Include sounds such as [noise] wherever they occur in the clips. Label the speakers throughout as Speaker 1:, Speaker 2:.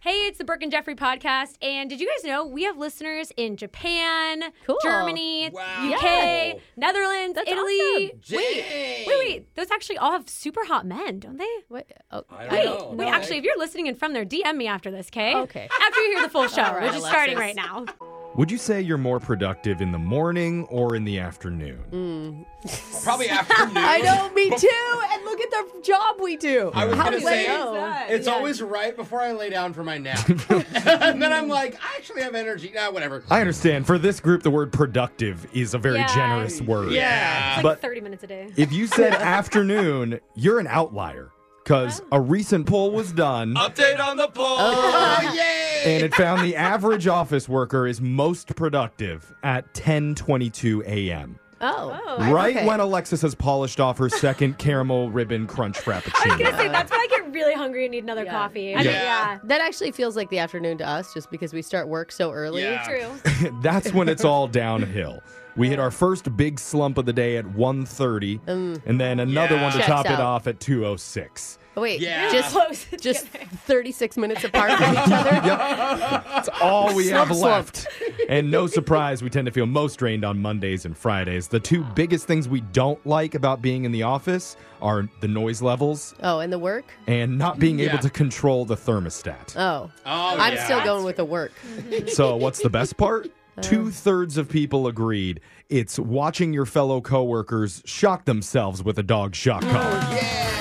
Speaker 1: Hey, it's the Burke and Jeffrey podcast. And did you guys know we have listeners in Japan,
Speaker 2: Cool.
Speaker 1: Germany,
Speaker 3: Wow.
Speaker 1: UK,
Speaker 3: Yeah.
Speaker 1: Netherlands,
Speaker 2: That's
Speaker 1: Italy?
Speaker 2: awesome.
Speaker 3: Wait,
Speaker 1: Wait, wait. Those actually all have super hot men, don't they?
Speaker 2: What? Oh,
Speaker 3: I don't
Speaker 1: Wait,
Speaker 3: know.
Speaker 1: wait,
Speaker 3: No,
Speaker 1: actually,
Speaker 3: I-
Speaker 1: if you're listening and from there, DM me after this, okay?
Speaker 2: Okay.
Speaker 1: After you hear the
Speaker 2: [laughs]
Speaker 1: full show,
Speaker 2: All right,
Speaker 1: which is starting right
Speaker 2: Alexis. [laughs]
Speaker 1: now.
Speaker 4: Would you say you're more productive in the morning or in the afternoon?
Speaker 2: [laughs]
Speaker 3: Probably afternoon.
Speaker 2: I know, me too. And look at the job we do.
Speaker 3: I was
Speaker 2: How
Speaker 3: gonna
Speaker 2: do they
Speaker 3: say,
Speaker 2: know?
Speaker 3: It's always right before I lay down for my nap. [laughs] and then I'm like, I actually have energy. Nah, whatever.
Speaker 4: I understand. For this group, the word productive is a very
Speaker 1: Yeah.
Speaker 4: generous word.
Speaker 3: Yeah.
Speaker 1: It's like
Speaker 4: But-
Speaker 1: 30 minutes a day.
Speaker 4: If you said afternoon, you're an outlier because a recent poll was done
Speaker 3: Update on the poll.
Speaker 2: [laughs]
Speaker 3: Oh, yay.
Speaker 4: and it found the average office worker is most productive at 10:22 a.m.
Speaker 2: Oh.
Speaker 4: Right
Speaker 2: okay.
Speaker 4: when Alexis has polished off her second caramel ribbon crunch frappuccino.
Speaker 1: I was gonna say that's when I get really hungry and need another coffee. I mean, yeah.
Speaker 3: Yeah.
Speaker 2: That actually feels like the afternoon to us just because we start work so early.
Speaker 3: Yeah.
Speaker 1: True.
Speaker 4: that's when it's [laughs] all downhill. We hit our first big slump of the day at 1:30 and then another
Speaker 3: Yeah.
Speaker 4: one to
Speaker 2: Mm. Checks
Speaker 4: top it
Speaker 2: out.
Speaker 4: off at 2:06.
Speaker 2: Oh, wait,
Speaker 3: Yeah.
Speaker 2: just
Speaker 1: Close.
Speaker 2: just 36 minutes apart from each other.
Speaker 4: That's all we have
Speaker 2: Slump,
Speaker 4: left. And no surprise, we tend to feel most drained on Mondays and Fridays. The two biggest things we don't like about being in the office are the noise levels
Speaker 2: Oh, and the work?
Speaker 4: and not being
Speaker 3: Yeah.
Speaker 4: able to control the thermostat.
Speaker 3: Oh,
Speaker 2: Oh. I'm
Speaker 3: yeah.
Speaker 2: still going with the work.
Speaker 1: Mm-hmm.
Speaker 3: [laughs]
Speaker 4: So, what's the best
Speaker 2: [laughs]
Speaker 4: part?
Speaker 2: Uh.
Speaker 4: Two thirds of people agreed it's watching your fellow coworkers shock themselves with a dog shock collar.
Speaker 3: Yeah.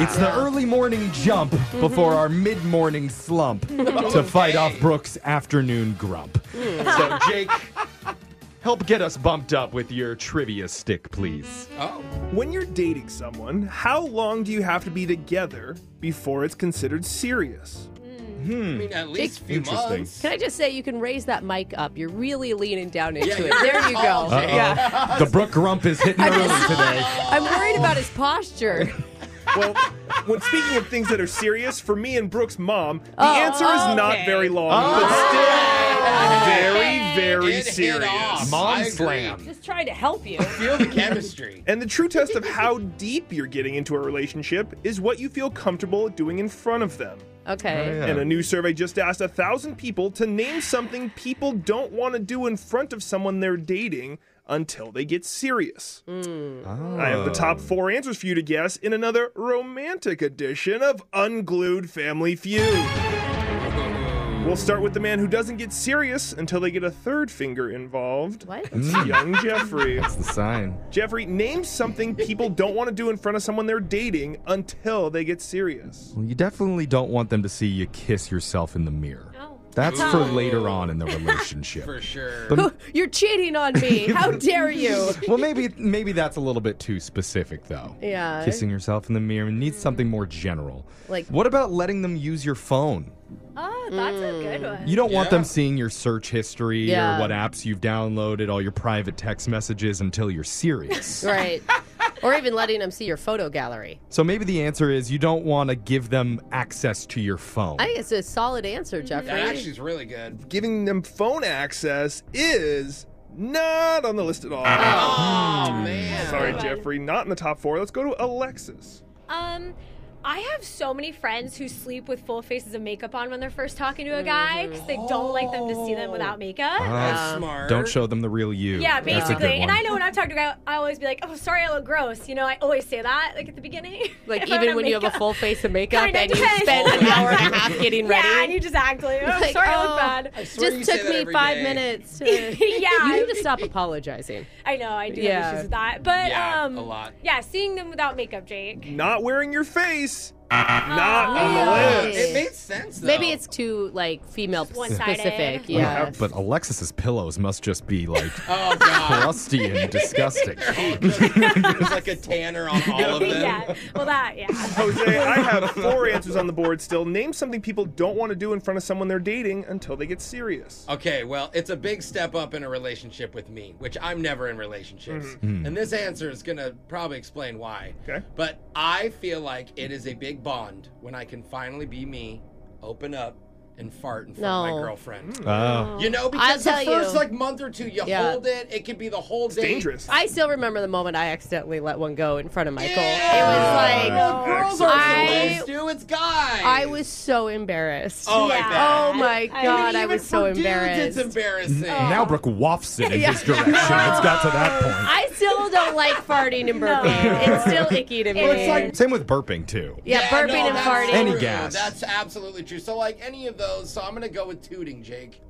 Speaker 4: It's the early morning jump
Speaker 2: Mm-hmm.
Speaker 4: before our mid morning slump
Speaker 2: [laughs]
Speaker 4: to fight off Brooks' afternoon grump.
Speaker 3: [laughs]
Speaker 2: [laughs]
Speaker 4: So, Jake, help get us bumped up with your trivia stick, please.
Speaker 3: Oh.
Speaker 5: When you're dating someone, how long do you have to be together before it's considered serious?
Speaker 3: I mean, at least a few
Speaker 4: hmm, Interesting.
Speaker 3: months.
Speaker 2: Can I just say you can raise that mic up? You're really leaning down into
Speaker 3: Yeah,
Speaker 2: it.
Speaker 3: you're
Speaker 2: There you go.
Speaker 3: tall, Jake.
Speaker 2: Yeah.
Speaker 4: The Brook Grump is
Speaker 2: [laughs]
Speaker 4: hitting early today.
Speaker 2: I'm worried about his posture.
Speaker 3: [laughs]
Speaker 5: Well, when speaking of things that are serious, for me and Brooke's mom, the answer is
Speaker 2: okay.
Speaker 5: not very long, but still very, very
Speaker 3: It hit
Speaker 5: serious.
Speaker 3: off.
Speaker 4: Mom
Speaker 3: I agree.
Speaker 4: slam.
Speaker 1: Just trying to help you.
Speaker 3: Feel the chemistry.
Speaker 5: And the true test of how deep you're getting into a relationship is what you feel comfortable doing in front of them.
Speaker 2: Okay.
Speaker 4: Oh, yeah.
Speaker 5: And a new survey just asked a thousand people to name something people don't want to do in front of someone they're dating until they get serious. I have the top four answers for you to guess in another romantic edition of Unglued Family Feud. We'll start with the man who doesn't get serious until they get a third finger involved.
Speaker 2: What?
Speaker 5: It's young Jeffrey.
Speaker 4: That's the sign.
Speaker 5: Jeffrey, name something people don't want to do in front of someone they're dating until they get serious.
Speaker 4: Well, you definitely don't want them to see you kiss yourself in the mirror.
Speaker 1: No.
Speaker 4: That's for later on
Speaker 2: [laughs]
Speaker 4: in the relationship.
Speaker 3: Hmm. For sure.
Speaker 4: But-
Speaker 2: You're cheating on
Speaker 4: [laughs]
Speaker 2: me. How dare you?
Speaker 4: well, maybe maybe that's a little bit too specific, though.
Speaker 2: Yeah.
Speaker 4: Kissing yourself in the mirror needs something more general.
Speaker 2: Like- "Ah,
Speaker 4: what about letting them use your phone?
Speaker 1: Oh, that's a good one.
Speaker 4: You don't want
Speaker 3: Yeah.
Speaker 4: them seeing your search history
Speaker 2: Yeah.
Speaker 4: or what apps you've downloaded, all your private text messages until you're serious.
Speaker 2: Right. Or even letting them see your photo gallery.
Speaker 4: so maybe the answer is you don't want to give them access to your phone.
Speaker 2: I think it's a solid
Speaker 1: Mm-hmm.
Speaker 2: answer, Jeffrey.
Speaker 3: That actually is really good.
Speaker 5: Giving them phone access is not on the list at all. Hmm.
Speaker 3: Oh, man.
Speaker 5: Sorry, Jeffrey, not in the top four. Let's go to Alexis.
Speaker 1: Um, I have so many friends who sleep with full faces of makeup on when they're first talking to a guy because they don't like them to see them without makeup.
Speaker 3: Oh. That's
Speaker 2: Um,
Speaker 3: smart.
Speaker 4: Ah. don't show them the real you.
Speaker 1: Yeah,
Speaker 4: That's a good
Speaker 1: basically.
Speaker 4: one.
Speaker 1: And I know when I've talked to a guy, I always be like, "Oh, sorry, I look gross." You know, I always say that, like at the beginning. [laughs]
Speaker 2: Like
Speaker 1: If I
Speaker 2: even
Speaker 1: don't
Speaker 2: when you have a
Speaker 1: makeup.
Speaker 2: full face of makeup
Speaker 1: Kinda
Speaker 2: and you
Speaker 1: depends.
Speaker 2: spend
Speaker 1: [laughs]
Speaker 2: an hour and a half getting ready.
Speaker 1: yeah, and you just act [laughs] like, "Oh,
Speaker 2: Like,
Speaker 1: sorry, I
Speaker 2: oh.
Speaker 1: look bad."
Speaker 3: swear you
Speaker 2: just
Speaker 3: say
Speaker 2: took
Speaker 3: that
Speaker 2: me
Speaker 3: every
Speaker 2: five
Speaker 3: day.
Speaker 1: [laughs]
Speaker 2: minutes. To...
Speaker 1: Yeah.
Speaker 2: [laughs] you need to
Speaker 1: [laughs]
Speaker 2: stop apologizing.
Speaker 1: I know, I do
Speaker 2: Yeah.
Speaker 1: have issues with that, but
Speaker 3: Yeah,
Speaker 1: um,
Speaker 3: a lot.
Speaker 1: Yeah, seeing them without makeup, Jake.
Speaker 5: Not wearing your face. Not on the
Speaker 2: really?
Speaker 5: list.
Speaker 3: It made sense, though.
Speaker 2: Maybe it's too like female
Speaker 1: one-sided.
Speaker 2: specific.
Speaker 1: Yeah.
Speaker 2: Yeah.
Speaker 4: But Alexis's pillows must just
Speaker 3: [laughs]
Speaker 4: be like
Speaker 3: Oh, God.
Speaker 4: [laughs] crusty and disgusting.
Speaker 3: [laughs] There's like a tanner on all
Speaker 4: [laughs]
Speaker 3: of them.
Speaker 1: yeah, well, that yeah.
Speaker 5: Jose, I have four answers on the board still. Name something people don't want to do in front of someone they're dating until they get serious.
Speaker 3: Okay, well, it's a big step up in a relationship with me, which I'm never in relationships.
Speaker 4: Hmm.
Speaker 3: And this answer is going to probably explain why.
Speaker 5: Mm-hmm. Okay.
Speaker 3: But I feel like it is a big bond when I can finally be me, open up, and fart in front of
Speaker 2: No.
Speaker 3: my
Speaker 5: Mm.
Speaker 3: girlfriend.
Speaker 4: Oh.
Speaker 3: You know, because the
Speaker 2: tell you.
Speaker 3: first like month or two, you
Speaker 2: Yeah.
Speaker 3: hold it. It could be the whole day.
Speaker 5: Dangerous.
Speaker 2: I still remember the moment I accidentally let one go in front of Michael.
Speaker 3: Yeah.
Speaker 2: It was like
Speaker 3: well, girls are
Speaker 2: I-
Speaker 3: so do it's guys.
Speaker 2: I was so embarrassed.
Speaker 3: Oh,
Speaker 1: Yeah.
Speaker 3: I
Speaker 2: Oh
Speaker 3: bet.
Speaker 2: my
Speaker 1: I-
Speaker 2: god,
Speaker 3: Even
Speaker 2: I was
Speaker 3: for
Speaker 2: so
Speaker 3: dudes, It's
Speaker 2: embarrassed.
Speaker 3: embarrassing.
Speaker 4: Now Brooke wafts
Speaker 1: [laughs]
Speaker 4: it in his direction. It's got to that point.
Speaker 2: I still don't like farting and burping. It's still icky to me.
Speaker 1: It's
Speaker 4: Like, same with burping too.
Speaker 2: yeah, burping
Speaker 3: no,
Speaker 2: and
Speaker 3: that's
Speaker 2: farting.
Speaker 4: Any
Speaker 3: true.
Speaker 4: gas.
Speaker 3: That's absolutely true. So like any of those. So I'm gonna go with tooting, Jake.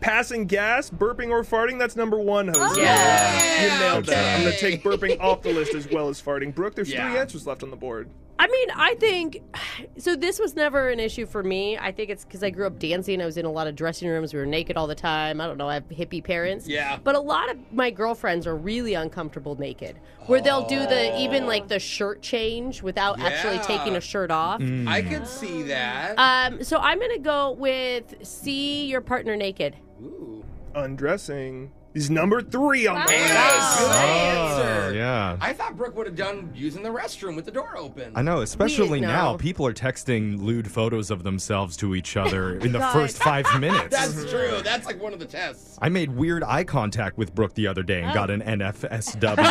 Speaker 5: Passing gas, burping, or farting, that's number one,
Speaker 3: Oh,
Speaker 5: Jose. You nailed that. I'm going to take burping off the list as well as farting. Brooke, there's
Speaker 3: Yeah.
Speaker 5: three answers left on the board.
Speaker 2: I mean, I think [sighs] so. This was never an issue for me. I think it's because I grew up dancing. I was in a lot of dressing rooms. We were naked all the time. I don't know. I have hippie parents.
Speaker 3: Yeah.
Speaker 2: But a lot of my girlfriends are really uncomfortable naked, where they'll do the even like the shirt change without actually
Speaker 3: Yeah. Mm-hmm.
Speaker 2: taking a shirt off.
Speaker 4: Hmm.
Speaker 3: I could see that.
Speaker 2: Um, so I'm gonna go with see your partner naked.
Speaker 3: Ooh.
Speaker 5: Undressing is number three on the
Speaker 1: Wow.
Speaker 5: list.
Speaker 3: That is a
Speaker 4: Oh,
Speaker 3: good answer.
Speaker 4: yeah.
Speaker 3: I thought Brooke would have done using the restroom with the door open.
Speaker 4: I know, especially
Speaker 2: know.
Speaker 4: now, people are texting lewd photos of themselves to each other
Speaker 2: [laughs]
Speaker 4: in the first
Speaker 3: [laughs]
Speaker 4: five minutes.
Speaker 3: That's true. That's like one of the tests.
Speaker 4: I made weird eye contact with Brooke the other day and got an NFSW photo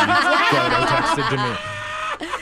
Speaker 4: texted to me.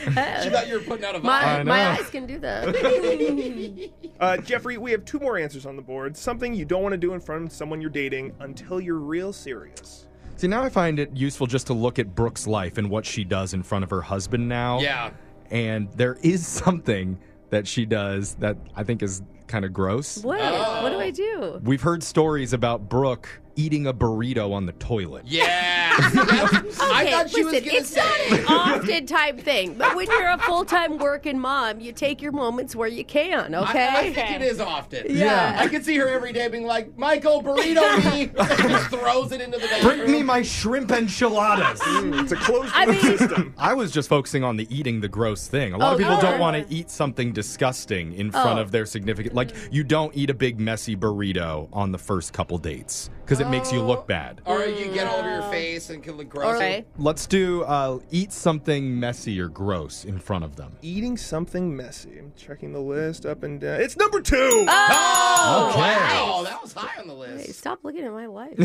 Speaker 3: She thought you were putting out a vibe.
Speaker 2: My,
Speaker 4: I
Speaker 2: my
Speaker 4: know.
Speaker 2: eyes can do
Speaker 3: [laughs]
Speaker 2: that. [laughs]
Speaker 5: Uh, Jeffrey, we have two more answers on the board. Something you don't want to do in front of someone you're dating until you're real serious.
Speaker 4: See, now I find it useful just to look at Brooke's life and what she does in front of her husband now.
Speaker 3: Yeah.
Speaker 4: And there is something that she does that I think is kind of gross.
Speaker 2: what?
Speaker 3: Oh.
Speaker 2: What do I do?
Speaker 4: We've heard stories about Brooke eating a burrito on the toilet.
Speaker 3: Yeah. That's- I
Speaker 2: Okay,
Speaker 3: thought she was
Speaker 2: listen,
Speaker 3: gonna
Speaker 2: it's
Speaker 3: say. [laughs]
Speaker 2: not an often time thing, but when you're a full time working mom, you take your moments where you can. Okay.
Speaker 3: I, I think it is often.
Speaker 4: Yeah.
Speaker 3: I could see her every day being like, Michael, burrito
Speaker 2: [laughs]
Speaker 3: me. [laughs] and just throws it into the bathroom.
Speaker 4: Bring me my shrimp enchiladas.
Speaker 5: Mm, It's a closed
Speaker 2: I
Speaker 5: loop
Speaker 2: mean-
Speaker 5: system.
Speaker 4: I was just focusing on the eating the gross thing. A lot of
Speaker 2: Oh,
Speaker 4: people
Speaker 2: yeah.
Speaker 4: don't want to eat something disgusting in front
Speaker 2: Oh.
Speaker 4: of their significant. Like, you don't eat a big, messy burrito on the first couple dates because it makes you
Speaker 2: Oh.
Speaker 4: look bad.
Speaker 3: Or you get all over
Speaker 2: Mm.
Speaker 3: your face and can look gross.
Speaker 2: Okay.
Speaker 4: Let's do uh, eat something messy or gross in front of them.
Speaker 5: Eating something messy. I'm checking the list up and down. It's number two.
Speaker 3: Oh,
Speaker 4: Okay.
Speaker 3: wow. That was high on the list.
Speaker 2: Hey, stop looking at my
Speaker 4: [laughs]
Speaker 2: Oh, life.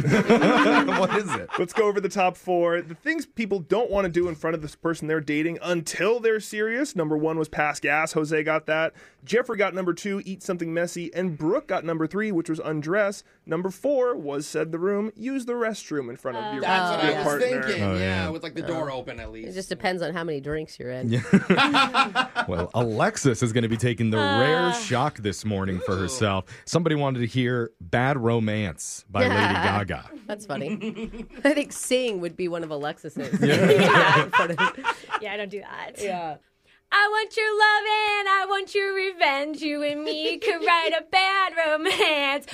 Speaker 4: what is it?
Speaker 5: Let's go over the top four. The things people don't want to do in front of this person they're dating until they're serious. Number one was pass gas. Jose got that. Jeffrey got number two, eat something messy. And Brooke got number three, which was undress. Number four was said the room, use the restroom in front of your,
Speaker 3: Oh, That's what
Speaker 5: your
Speaker 3: I was
Speaker 5: partner.
Speaker 3: thinking.
Speaker 4: Oh,
Speaker 3: yeah.
Speaker 4: yeah.
Speaker 3: with like the door open at least.
Speaker 2: Oh. it just depends on how many drinks you're [laughs] in. [laughs]
Speaker 4: Well, Alexis is going to be taking the
Speaker 2: Uh.
Speaker 4: rare shock this morning for herself. Somebody wanted to hear Bad Romance by
Speaker 2: [laughs]
Speaker 4: Lady Gaga.
Speaker 2: That's funny.
Speaker 3: [laughs]
Speaker 2: I think sing would be one of Alexis's.
Speaker 1: Yeah, I don't do that.
Speaker 2: yeah.
Speaker 1: I want your love and I want your revenge. You and
Speaker 2: [laughs]
Speaker 1: me could write a bad
Speaker 3: [laughs]
Speaker 1: romance.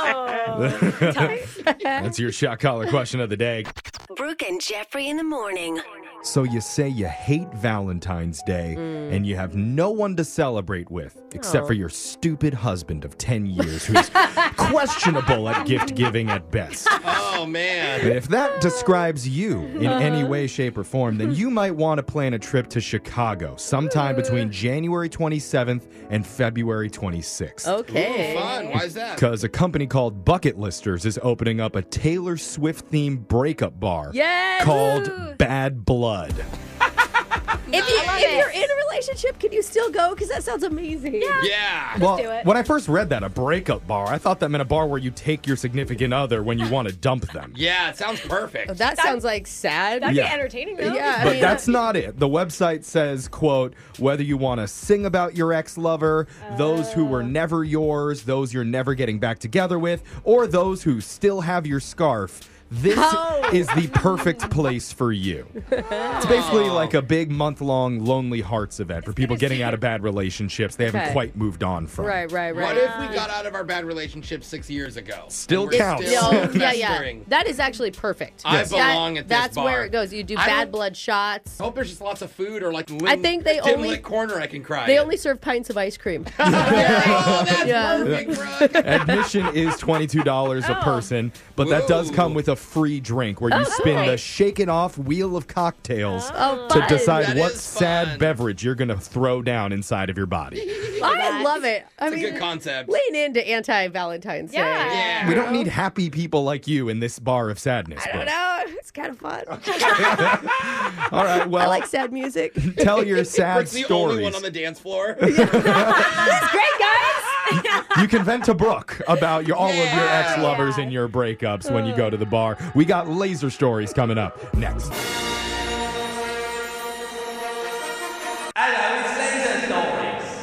Speaker 1: Oh, oh. tough.
Speaker 4: [laughs] That's your shock collar question of the day.
Speaker 6: [laughs] Brooke and Jeffrey in the morning.
Speaker 4: So you say you hate Valentine's Day
Speaker 2: Mm.
Speaker 4: and you have no one to celebrate with except
Speaker 2: Oh.
Speaker 4: for your stupid husband of 10 years
Speaker 2: [laughs]
Speaker 4: who's questionable at gift giving at best.
Speaker 3: [laughs] oh man.
Speaker 4: And if that describes you in
Speaker 2: Uh-huh.
Speaker 4: any way, shape, or form, then you might want to plan a trip to Chicago sometime between
Speaker 2: Uh.
Speaker 4: January 27th and February 26th.
Speaker 2: Okay.
Speaker 3: Fun. Why is that?
Speaker 4: Because a company called Bucket Listers is opening up a Taylor Swift themed breakup bar
Speaker 2: Yes!
Speaker 4: called
Speaker 1: Ooh.
Speaker 4: Bad Blood.
Speaker 2: If, you,
Speaker 1: love
Speaker 2: if
Speaker 1: it.
Speaker 2: you're in a relationship, can you still go? Because that sounds amazing. Yeah.
Speaker 3: Yeah.
Speaker 4: Well,
Speaker 1: do it.
Speaker 4: when I first read that, a breakup bar, I thought that meant a bar where you take your significant other when you want to dump
Speaker 2: [laughs]
Speaker 4: them.
Speaker 3: Yeah, it sounds perfect.
Speaker 2: Oh, That sounds like sad.
Speaker 1: That'd
Speaker 4: Yeah.
Speaker 1: be entertaining, though.
Speaker 2: yeah. I
Speaker 4: But
Speaker 2: mean,
Speaker 4: that's not it. The website says, quote, whether you want to sing about your ex-lover, those who
Speaker 2: Oh.
Speaker 4: were never yours, those you're never getting back together with, or those who still have your scarf, this
Speaker 2: Oh.
Speaker 4: is the perfect place for you. It's basically like a big month-long lonely hearts event for people getting out of bad relationships they haven't
Speaker 2: Okay.
Speaker 4: quite moved on from.
Speaker 2: right, right, right.
Speaker 3: What if we got out of our bad relationship six years ago?
Speaker 4: Still
Speaker 3: And we're
Speaker 4: counts.
Speaker 3: still
Speaker 2: No, [laughs] yeah, yeah.
Speaker 3: festering.
Speaker 2: That is actually perfect.
Speaker 3: I
Speaker 2: That-
Speaker 3: belong at this
Speaker 2: That's
Speaker 3: bar.
Speaker 2: where it goes. You do
Speaker 3: I
Speaker 2: bad
Speaker 3: don't-
Speaker 2: blood shots.
Speaker 3: I hope there's just lots of food or like lim-
Speaker 2: I think they
Speaker 3: dim
Speaker 2: only-
Speaker 3: lit corner I can cry.
Speaker 2: They
Speaker 3: in.
Speaker 2: only serve pints of
Speaker 3: [laughs]
Speaker 2: ice cream.
Speaker 3: oh, that's
Speaker 2: Yeah.
Speaker 3: perfect, Brooke.
Speaker 4: Admission is $22 a person, but that does
Speaker 3: Ooh.
Speaker 4: come with a free drink where you spin the shake it off wheel of cocktails
Speaker 2: Oh,
Speaker 4: to
Speaker 2: fun.
Speaker 4: decide
Speaker 3: That
Speaker 4: what
Speaker 3: is
Speaker 4: sad
Speaker 3: fun.
Speaker 4: beverage you're going to throw down inside of your body.
Speaker 2: I love it. I
Speaker 3: It's a
Speaker 2: mean,
Speaker 3: good concept.
Speaker 2: lean into anti Valentine's
Speaker 1: Yeah.
Speaker 2: Day.
Speaker 3: Yeah.
Speaker 4: we don't need happy people like you in this bar of sadness.
Speaker 2: I don't [laughs]
Speaker 4: Brooke.
Speaker 2: know. It's kind of fun.
Speaker 3: [laughs]
Speaker 2: [laughs]
Speaker 4: [laughs] All right,
Speaker 2: I
Speaker 4: well,
Speaker 2: like sad music.
Speaker 4: [laughs] tell your sad
Speaker 3: Brooke's the only
Speaker 4: stories.
Speaker 3: one on the dance
Speaker 2: [laughs]
Speaker 3: floor.
Speaker 1: Great guys.
Speaker 4: you can vent to Brooke about your all of your
Speaker 3: Yeah.
Speaker 4: ex lovers and your breakups when you go to the bar. We got laser stories coming up next.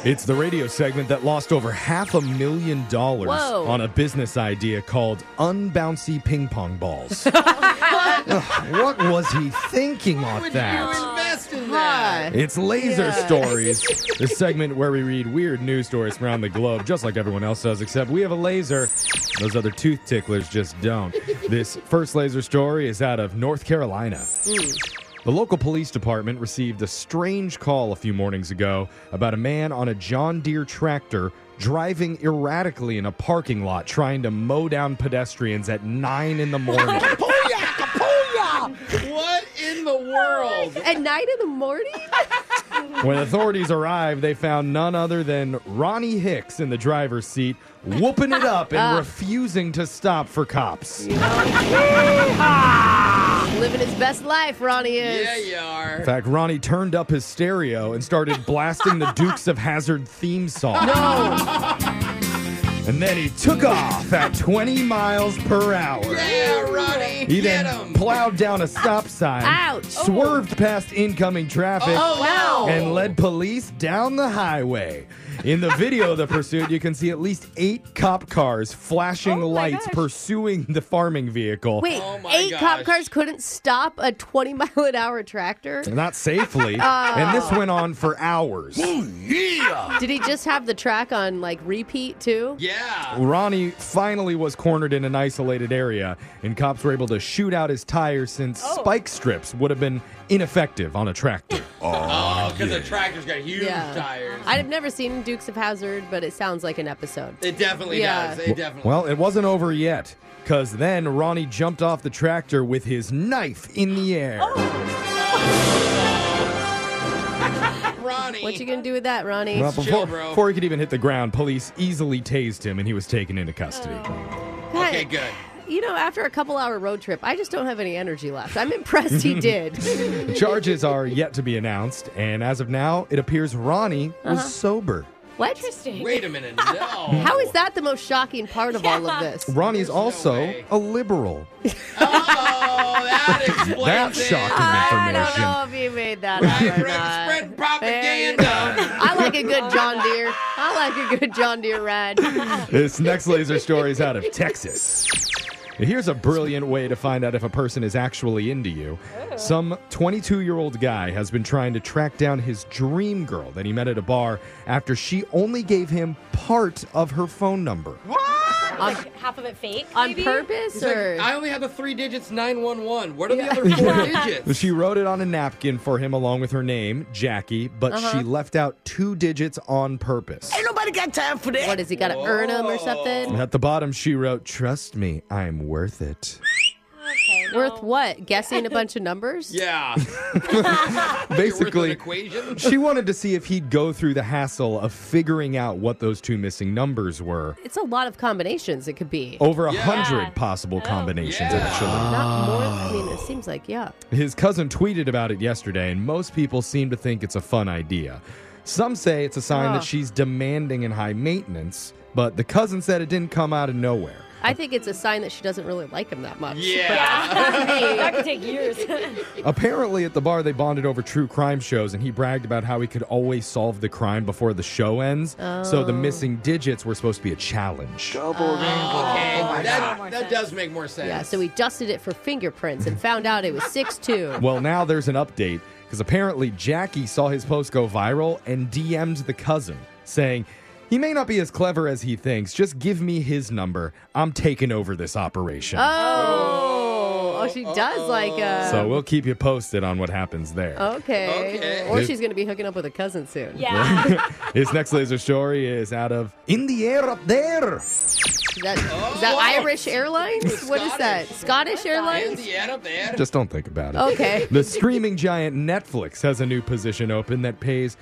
Speaker 4: It's the radio segment that lost over half a million dollars
Speaker 2: Whoa.
Speaker 4: on a business idea called unbouncy ping
Speaker 3: [laughs]
Speaker 4: pong balls. Ugh, what was he thinking on
Speaker 3: Would
Speaker 4: that?
Speaker 3: you invest in that?
Speaker 4: It's Laser
Speaker 2: Yeah.
Speaker 4: Stories, the segment where we read weird news stories from around the globe, just like everyone else does, except we have a laser. Those other tooth ticklers just don't. This first laser story is out of North Carolina.
Speaker 2: Hmm.
Speaker 4: The local police department received a strange call a few mornings ago about a man on a John Deere tractor driving erratically in a parking lot trying to mow down pedestrians at 9 in the morning.
Speaker 3: What in the world?
Speaker 2: At night in the morning?
Speaker 4: When authorities arrived, they found none other than Ronnie Hicks in the driver's seat, whooping it up and refusing to stop for cops. In
Speaker 2: [laughs] Living his best life, Ronnie is.
Speaker 3: Yeah, you are.
Speaker 4: fact, Ronnie turned up his stereo and started blasting the Dukes of Hazard theme song.
Speaker 2: [laughs] No.
Speaker 4: And then he took off at 20 miles per hour.
Speaker 3: [laughs] Yeah, Ronnie.
Speaker 4: He
Speaker 3: get
Speaker 4: then
Speaker 3: him.
Speaker 4: plowed down a stop sign,
Speaker 2: Ouch.
Speaker 1: Oh.
Speaker 4: swerved past incoming traffic,
Speaker 3: Oh,
Speaker 2: wow.
Speaker 4: and led police down the highway. In the video of the pursuit, you can see at least eight cop cars flashing
Speaker 1: Oh my
Speaker 4: lights
Speaker 1: gosh.
Speaker 4: pursuing the farming vehicle.
Speaker 2: Wait,
Speaker 3: Oh
Speaker 2: eight
Speaker 3: my
Speaker 2: cop
Speaker 3: gosh.
Speaker 2: cars couldn't stop a 20 mile an hour tractor?
Speaker 4: Not
Speaker 1: [laughs]
Speaker 4: safely.
Speaker 1: Oh.
Speaker 4: And this went on for hours.
Speaker 3: Oh,
Speaker 2: Did he just have the track on like repeat too?
Speaker 3: Yeah.
Speaker 4: Ronnie finally was cornered in an isolated area, and cops were able to shoot out his tires since
Speaker 1: Oh.
Speaker 4: spike strips would have been ineffective on a tractor.
Speaker 3: Oh, because the tractor's got huge tires.
Speaker 2: I've never seen Dukes of Hazard, but it sounds like an episode.
Speaker 3: It definitely
Speaker 2: Yeah.
Speaker 3: does. It definitely.
Speaker 4: Well, it wasn't over yet, because then Ronnie jumped off the tractor with his knife in the air.
Speaker 3: Oh, Ronnie.
Speaker 2: What you gonna do with that, Ronnie?
Speaker 4: Well,
Speaker 3: Chill,
Speaker 4: before,
Speaker 3: bro.
Speaker 4: before he could even hit the ground, police easily tased him and he was taken into custody.
Speaker 2: God,
Speaker 3: okay, Oh. good.
Speaker 2: You know, after a couple hour road trip, I just don't have any energy left. I'm
Speaker 4: [laughs]
Speaker 2: impressed he did.
Speaker 4: Charges are yet to be announced, and as of now, it appears Ronnie
Speaker 3: Uh-huh.
Speaker 4: was sober.
Speaker 2: what?
Speaker 3: Wait a minute. No. How
Speaker 2: How is that the most shocking part of all
Speaker 3: [laughs]
Speaker 2: of this?
Speaker 4: Ronnie's
Speaker 3: no
Speaker 4: also
Speaker 3: way.
Speaker 4: a
Speaker 3: [laughs]
Speaker 4: liberal.
Speaker 3: Oh,
Speaker 4: [laughs]
Speaker 3: that explains
Speaker 4: That's
Speaker 3: it.
Speaker 4: shocking
Speaker 2: I don't
Speaker 4: information.
Speaker 2: know Oh, if you made that
Speaker 3: I
Speaker 2: up or
Speaker 3: Brooke
Speaker 2: not.
Speaker 3: spread
Speaker 2: There you
Speaker 3: propaganda.
Speaker 2: go. I like a good John Deere. I like a good John Deere ride.
Speaker 4: This next laser story is out of Texas. Here's a brilliant way to find out if a person is actually into you. Some 22 year old guy has been trying to track down his dream girl that he met at a bar after she only gave him part of her phone number.
Speaker 1: Like half of it fake.
Speaker 2: On
Speaker 1: maybe?
Speaker 2: purpose
Speaker 3: It's like,
Speaker 2: or?
Speaker 3: I only have the three digits 911. What are the other
Speaker 2: [laughs]
Speaker 3: four digits?
Speaker 4: She wrote it on a napkin for him along with her name, Jackie, but she left out two digits on purpose.
Speaker 2: What is he got to earn him or something?
Speaker 4: At the bottom, she wrote, Trust me, I'm worth it.
Speaker 1: Okay, no.
Speaker 2: Worth what? Guessing a bunch of numbers?
Speaker 3: [laughs]
Speaker 2: [laughs]
Speaker 3: Yeah.
Speaker 4: Basically,
Speaker 3: equation.
Speaker 4: she wanted to see if he'd go through the hassle of figuring out what those two missing numbers were.
Speaker 2: It's a lot of combinations. It could be.
Speaker 4: Over a
Speaker 3: Yeah.
Speaker 4: hundred possible combinations,
Speaker 3: Oh, Yeah.
Speaker 4: actually.
Speaker 2: Not more. I mean, it seems like yeah.
Speaker 4: His cousin tweeted about it yesterday, and most people seem to think it's a fun idea. Some say it's a sign
Speaker 2: Ah.
Speaker 4: that she's demanding and high maintenance, but the cousin said it didn't come out of nowhere.
Speaker 2: I think it's a sign that she doesn't really like him that much.
Speaker 3: Yeah. [laughs] Oh,
Speaker 1: that could take
Speaker 2: [laughs]
Speaker 1: years.
Speaker 4: Apparently, at the bar, they bonded over true crime shows, and he bragged about how he could always solve the crime before the show ends. So the missing digits were supposed to be a challenge. Oh,
Speaker 3: Okay. that, that does make more sense.
Speaker 2: Yeah, so we dusted it for fingerprints and found out it was six two.
Speaker 4: Well, now there's an update because apparently Jackie saw his post go viral and DM'd the cousin saying, he may not be as clever as he thinks. Just give me his number. I'm taking over this operation.
Speaker 2: Oh, oh, she does like a.
Speaker 4: so we'll keep you posted on what happens there.
Speaker 2: okay.
Speaker 3: Okay.
Speaker 2: Or
Speaker 4: Did-
Speaker 2: she's gonna be hooking up with a cousin soon.
Speaker 1: Yeah.
Speaker 4: His next laser story is out of In the Air Up There.
Speaker 2: Is that, is that Irish Airlines? What is that? Scottish
Speaker 3: In
Speaker 2: Airlines?
Speaker 3: the end up there.
Speaker 4: Just don't think about it.
Speaker 2: Okay.
Speaker 4: The streaming giant Netflix has a new position open that pays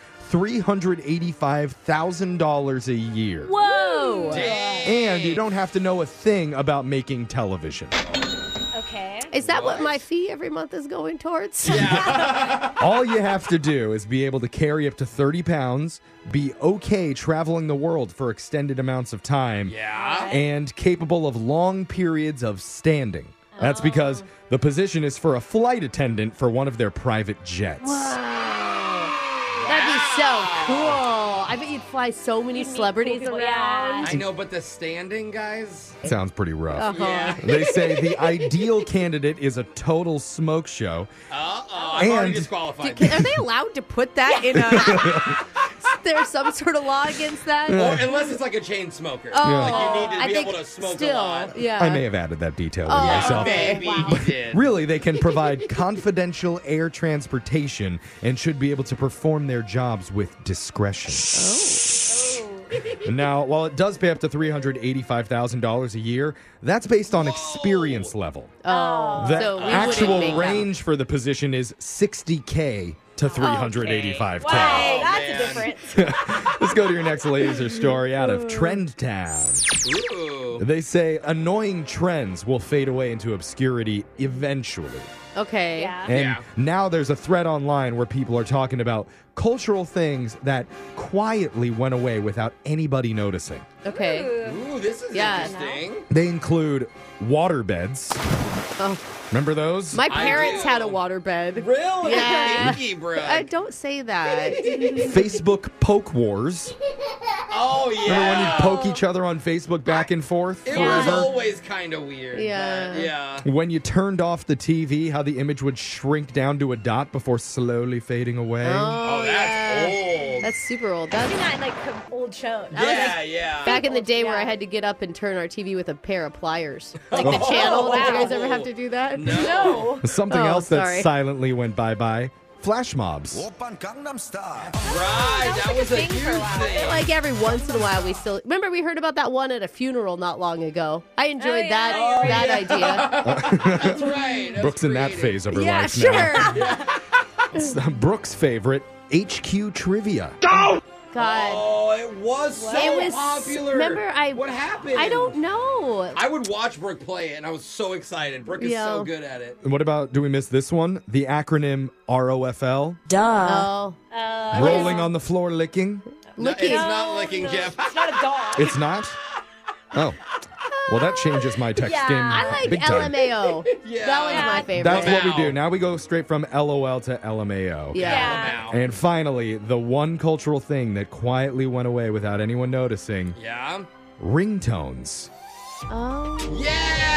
Speaker 4: $385,000 a year.
Speaker 2: Whoa.
Speaker 4: And you don't have to know a thing about making television.
Speaker 1: Okay.
Speaker 2: Is that what my fee every month is going towards?
Speaker 4: All you have to do is be able to carry up to 30 pounds, be okay traveling the world for extended amounts of time,
Speaker 3: Yeah.
Speaker 4: and capable of long periods of standing. That's
Speaker 2: Oh.
Speaker 4: because the position is for a flight attendant for one of their private jets.
Speaker 2: [laughs] That'd be so cool. I bet you'd fly so many celebrities
Speaker 1: people,
Speaker 2: around.
Speaker 1: yeah.
Speaker 3: I know, but the standing guys.
Speaker 4: Sounds pretty rough.
Speaker 2: Uh-huh.
Speaker 3: Yeah.
Speaker 4: They say the ideal candidate is a total smoke show.
Speaker 3: Uh oh. I'm already
Speaker 4: And-
Speaker 3: disqualified.
Speaker 2: Can- Are they allowed to put that in a? [laughs] Is there some sort of law against that?
Speaker 4: Yeah.
Speaker 3: Or unless it's like a chain smoker.
Speaker 2: Oh,
Speaker 3: Like you need to
Speaker 2: I
Speaker 3: be
Speaker 2: think
Speaker 3: able to smoke
Speaker 2: still,
Speaker 3: a lot.
Speaker 2: yeah.
Speaker 4: I may have added that detail in
Speaker 2: Oh,
Speaker 4: myself.
Speaker 2: okay.
Speaker 3: Maybe he did.
Speaker 4: Really, they
Speaker 2: [laughs]
Speaker 4: can provide confidential air transportation and should be able to perform their jobs with discretion.
Speaker 2: Oh.
Speaker 4: Now, while it does pay up to $385,000 a year, that's based on experience level.
Speaker 2: Oh,
Speaker 4: The
Speaker 2: so we wouldn't make
Speaker 4: actual
Speaker 2: that.
Speaker 4: range for the position is 60K to
Speaker 1: [laughs]
Speaker 4: 385K.
Speaker 1: Wow,
Speaker 3: Oh,
Speaker 1: that's
Speaker 3: man.
Speaker 1: a
Speaker 4: [laughs]
Speaker 1: difference.
Speaker 4: Let's go to your next laser story out of Trend Town.
Speaker 3: Ooh.
Speaker 4: They say annoying trends will fade away into obscurity eventually.
Speaker 2: Okay.
Speaker 1: Yeah.
Speaker 4: And
Speaker 3: Yeah.
Speaker 4: now there's a thread online where people are talking about cultural things that quietly went away without anybody noticing.
Speaker 2: Okay.
Speaker 3: Ooh, this is
Speaker 2: Yeah.
Speaker 3: interesting.
Speaker 4: They include water beds. Remember those?
Speaker 2: Oh. My
Speaker 3: I
Speaker 2: parents
Speaker 3: do.
Speaker 2: had a waterbed.
Speaker 3: Really?
Speaker 2: Yeah.
Speaker 3: Stinky, bro.
Speaker 2: I don't
Speaker 4: [laughs]
Speaker 2: say that.
Speaker 4: Facebook poke wars.
Speaker 3: Oh
Speaker 4: Remember when
Speaker 3: yeah.
Speaker 4: you'd poke each other on Facebook back and forth
Speaker 3: it was
Speaker 4: forever?
Speaker 3: always kind of weird.
Speaker 2: Yeah.
Speaker 3: but Yeah.
Speaker 4: When you turned off the TV, how the image would shrink down to a dot before slowly fading away.
Speaker 3: Oh, that's old.
Speaker 2: That's super old.
Speaker 1: You
Speaker 2: That's
Speaker 1: got like com- old shows.
Speaker 3: yeah, yeah.
Speaker 2: back in the day where I
Speaker 1: Yeah.
Speaker 2: had to get up and turn our TV with a pair of pliers,
Speaker 3: [laughs]
Speaker 2: like the
Speaker 3: Oh,
Speaker 2: channel. Did you guys ever have to do that?
Speaker 3: No.
Speaker 1: No.
Speaker 4: Something
Speaker 2: Oh,
Speaker 4: else
Speaker 2: sorry.
Speaker 4: that silently went bye bye flash mobs.
Speaker 3: Right. That, was, a,
Speaker 1: thing for a
Speaker 3: huge
Speaker 1: while.
Speaker 3: thing.
Speaker 2: Like every once in a while, we still remember we heard about that one at a funeral not long ago. I enjoyed
Speaker 3: Oh,
Speaker 1: yeah,
Speaker 2: that
Speaker 1: you're
Speaker 3: [laughs]
Speaker 2: that idea.
Speaker 4: [laughs]
Speaker 3: that's right. That's
Speaker 4: Brooks in that
Speaker 3: creative.
Speaker 4: phase of her
Speaker 2: yeah,
Speaker 4: life
Speaker 2: sure.
Speaker 4: now.
Speaker 3: [laughs]
Speaker 4: Brooks' favorite HQ trivia.
Speaker 2: God,
Speaker 3: Oh, it was so
Speaker 2: It was-
Speaker 3: popular.
Speaker 2: remember, I-
Speaker 3: what happened?
Speaker 2: I don't know.
Speaker 3: I would watch Brooke play it, and I was so excited. Brooke is
Speaker 2: Yeah.
Speaker 3: so good at it.
Speaker 4: And What about do we miss this one? The acronym ROFL.
Speaker 2: Oh,
Speaker 1: Uh,
Speaker 4: Rolling on the floor licking.
Speaker 3: No,
Speaker 2: Licking.
Speaker 3: it's not licking, Jeff.
Speaker 1: it's not a dog.
Speaker 4: It's not. Oh. Well, that changes my text
Speaker 1: Yeah.
Speaker 4: game.
Speaker 2: I like
Speaker 4: big time.
Speaker 2: LMAO.
Speaker 3: [laughs] Yeah.
Speaker 2: That one's my favorite.
Speaker 4: That's what we
Speaker 3: Wow.
Speaker 4: do. Now we go straight from LOL to LMAO.
Speaker 2: Yeah.
Speaker 1: yeah.
Speaker 3: Wow.
Speaker 4: And finally, the one cultural thing that quietly went away without anyone noticing
Speaker 3: yeah.
Speaker 4: ringtones.
Speaker 2: Oh.
Speaker 3: Yeah.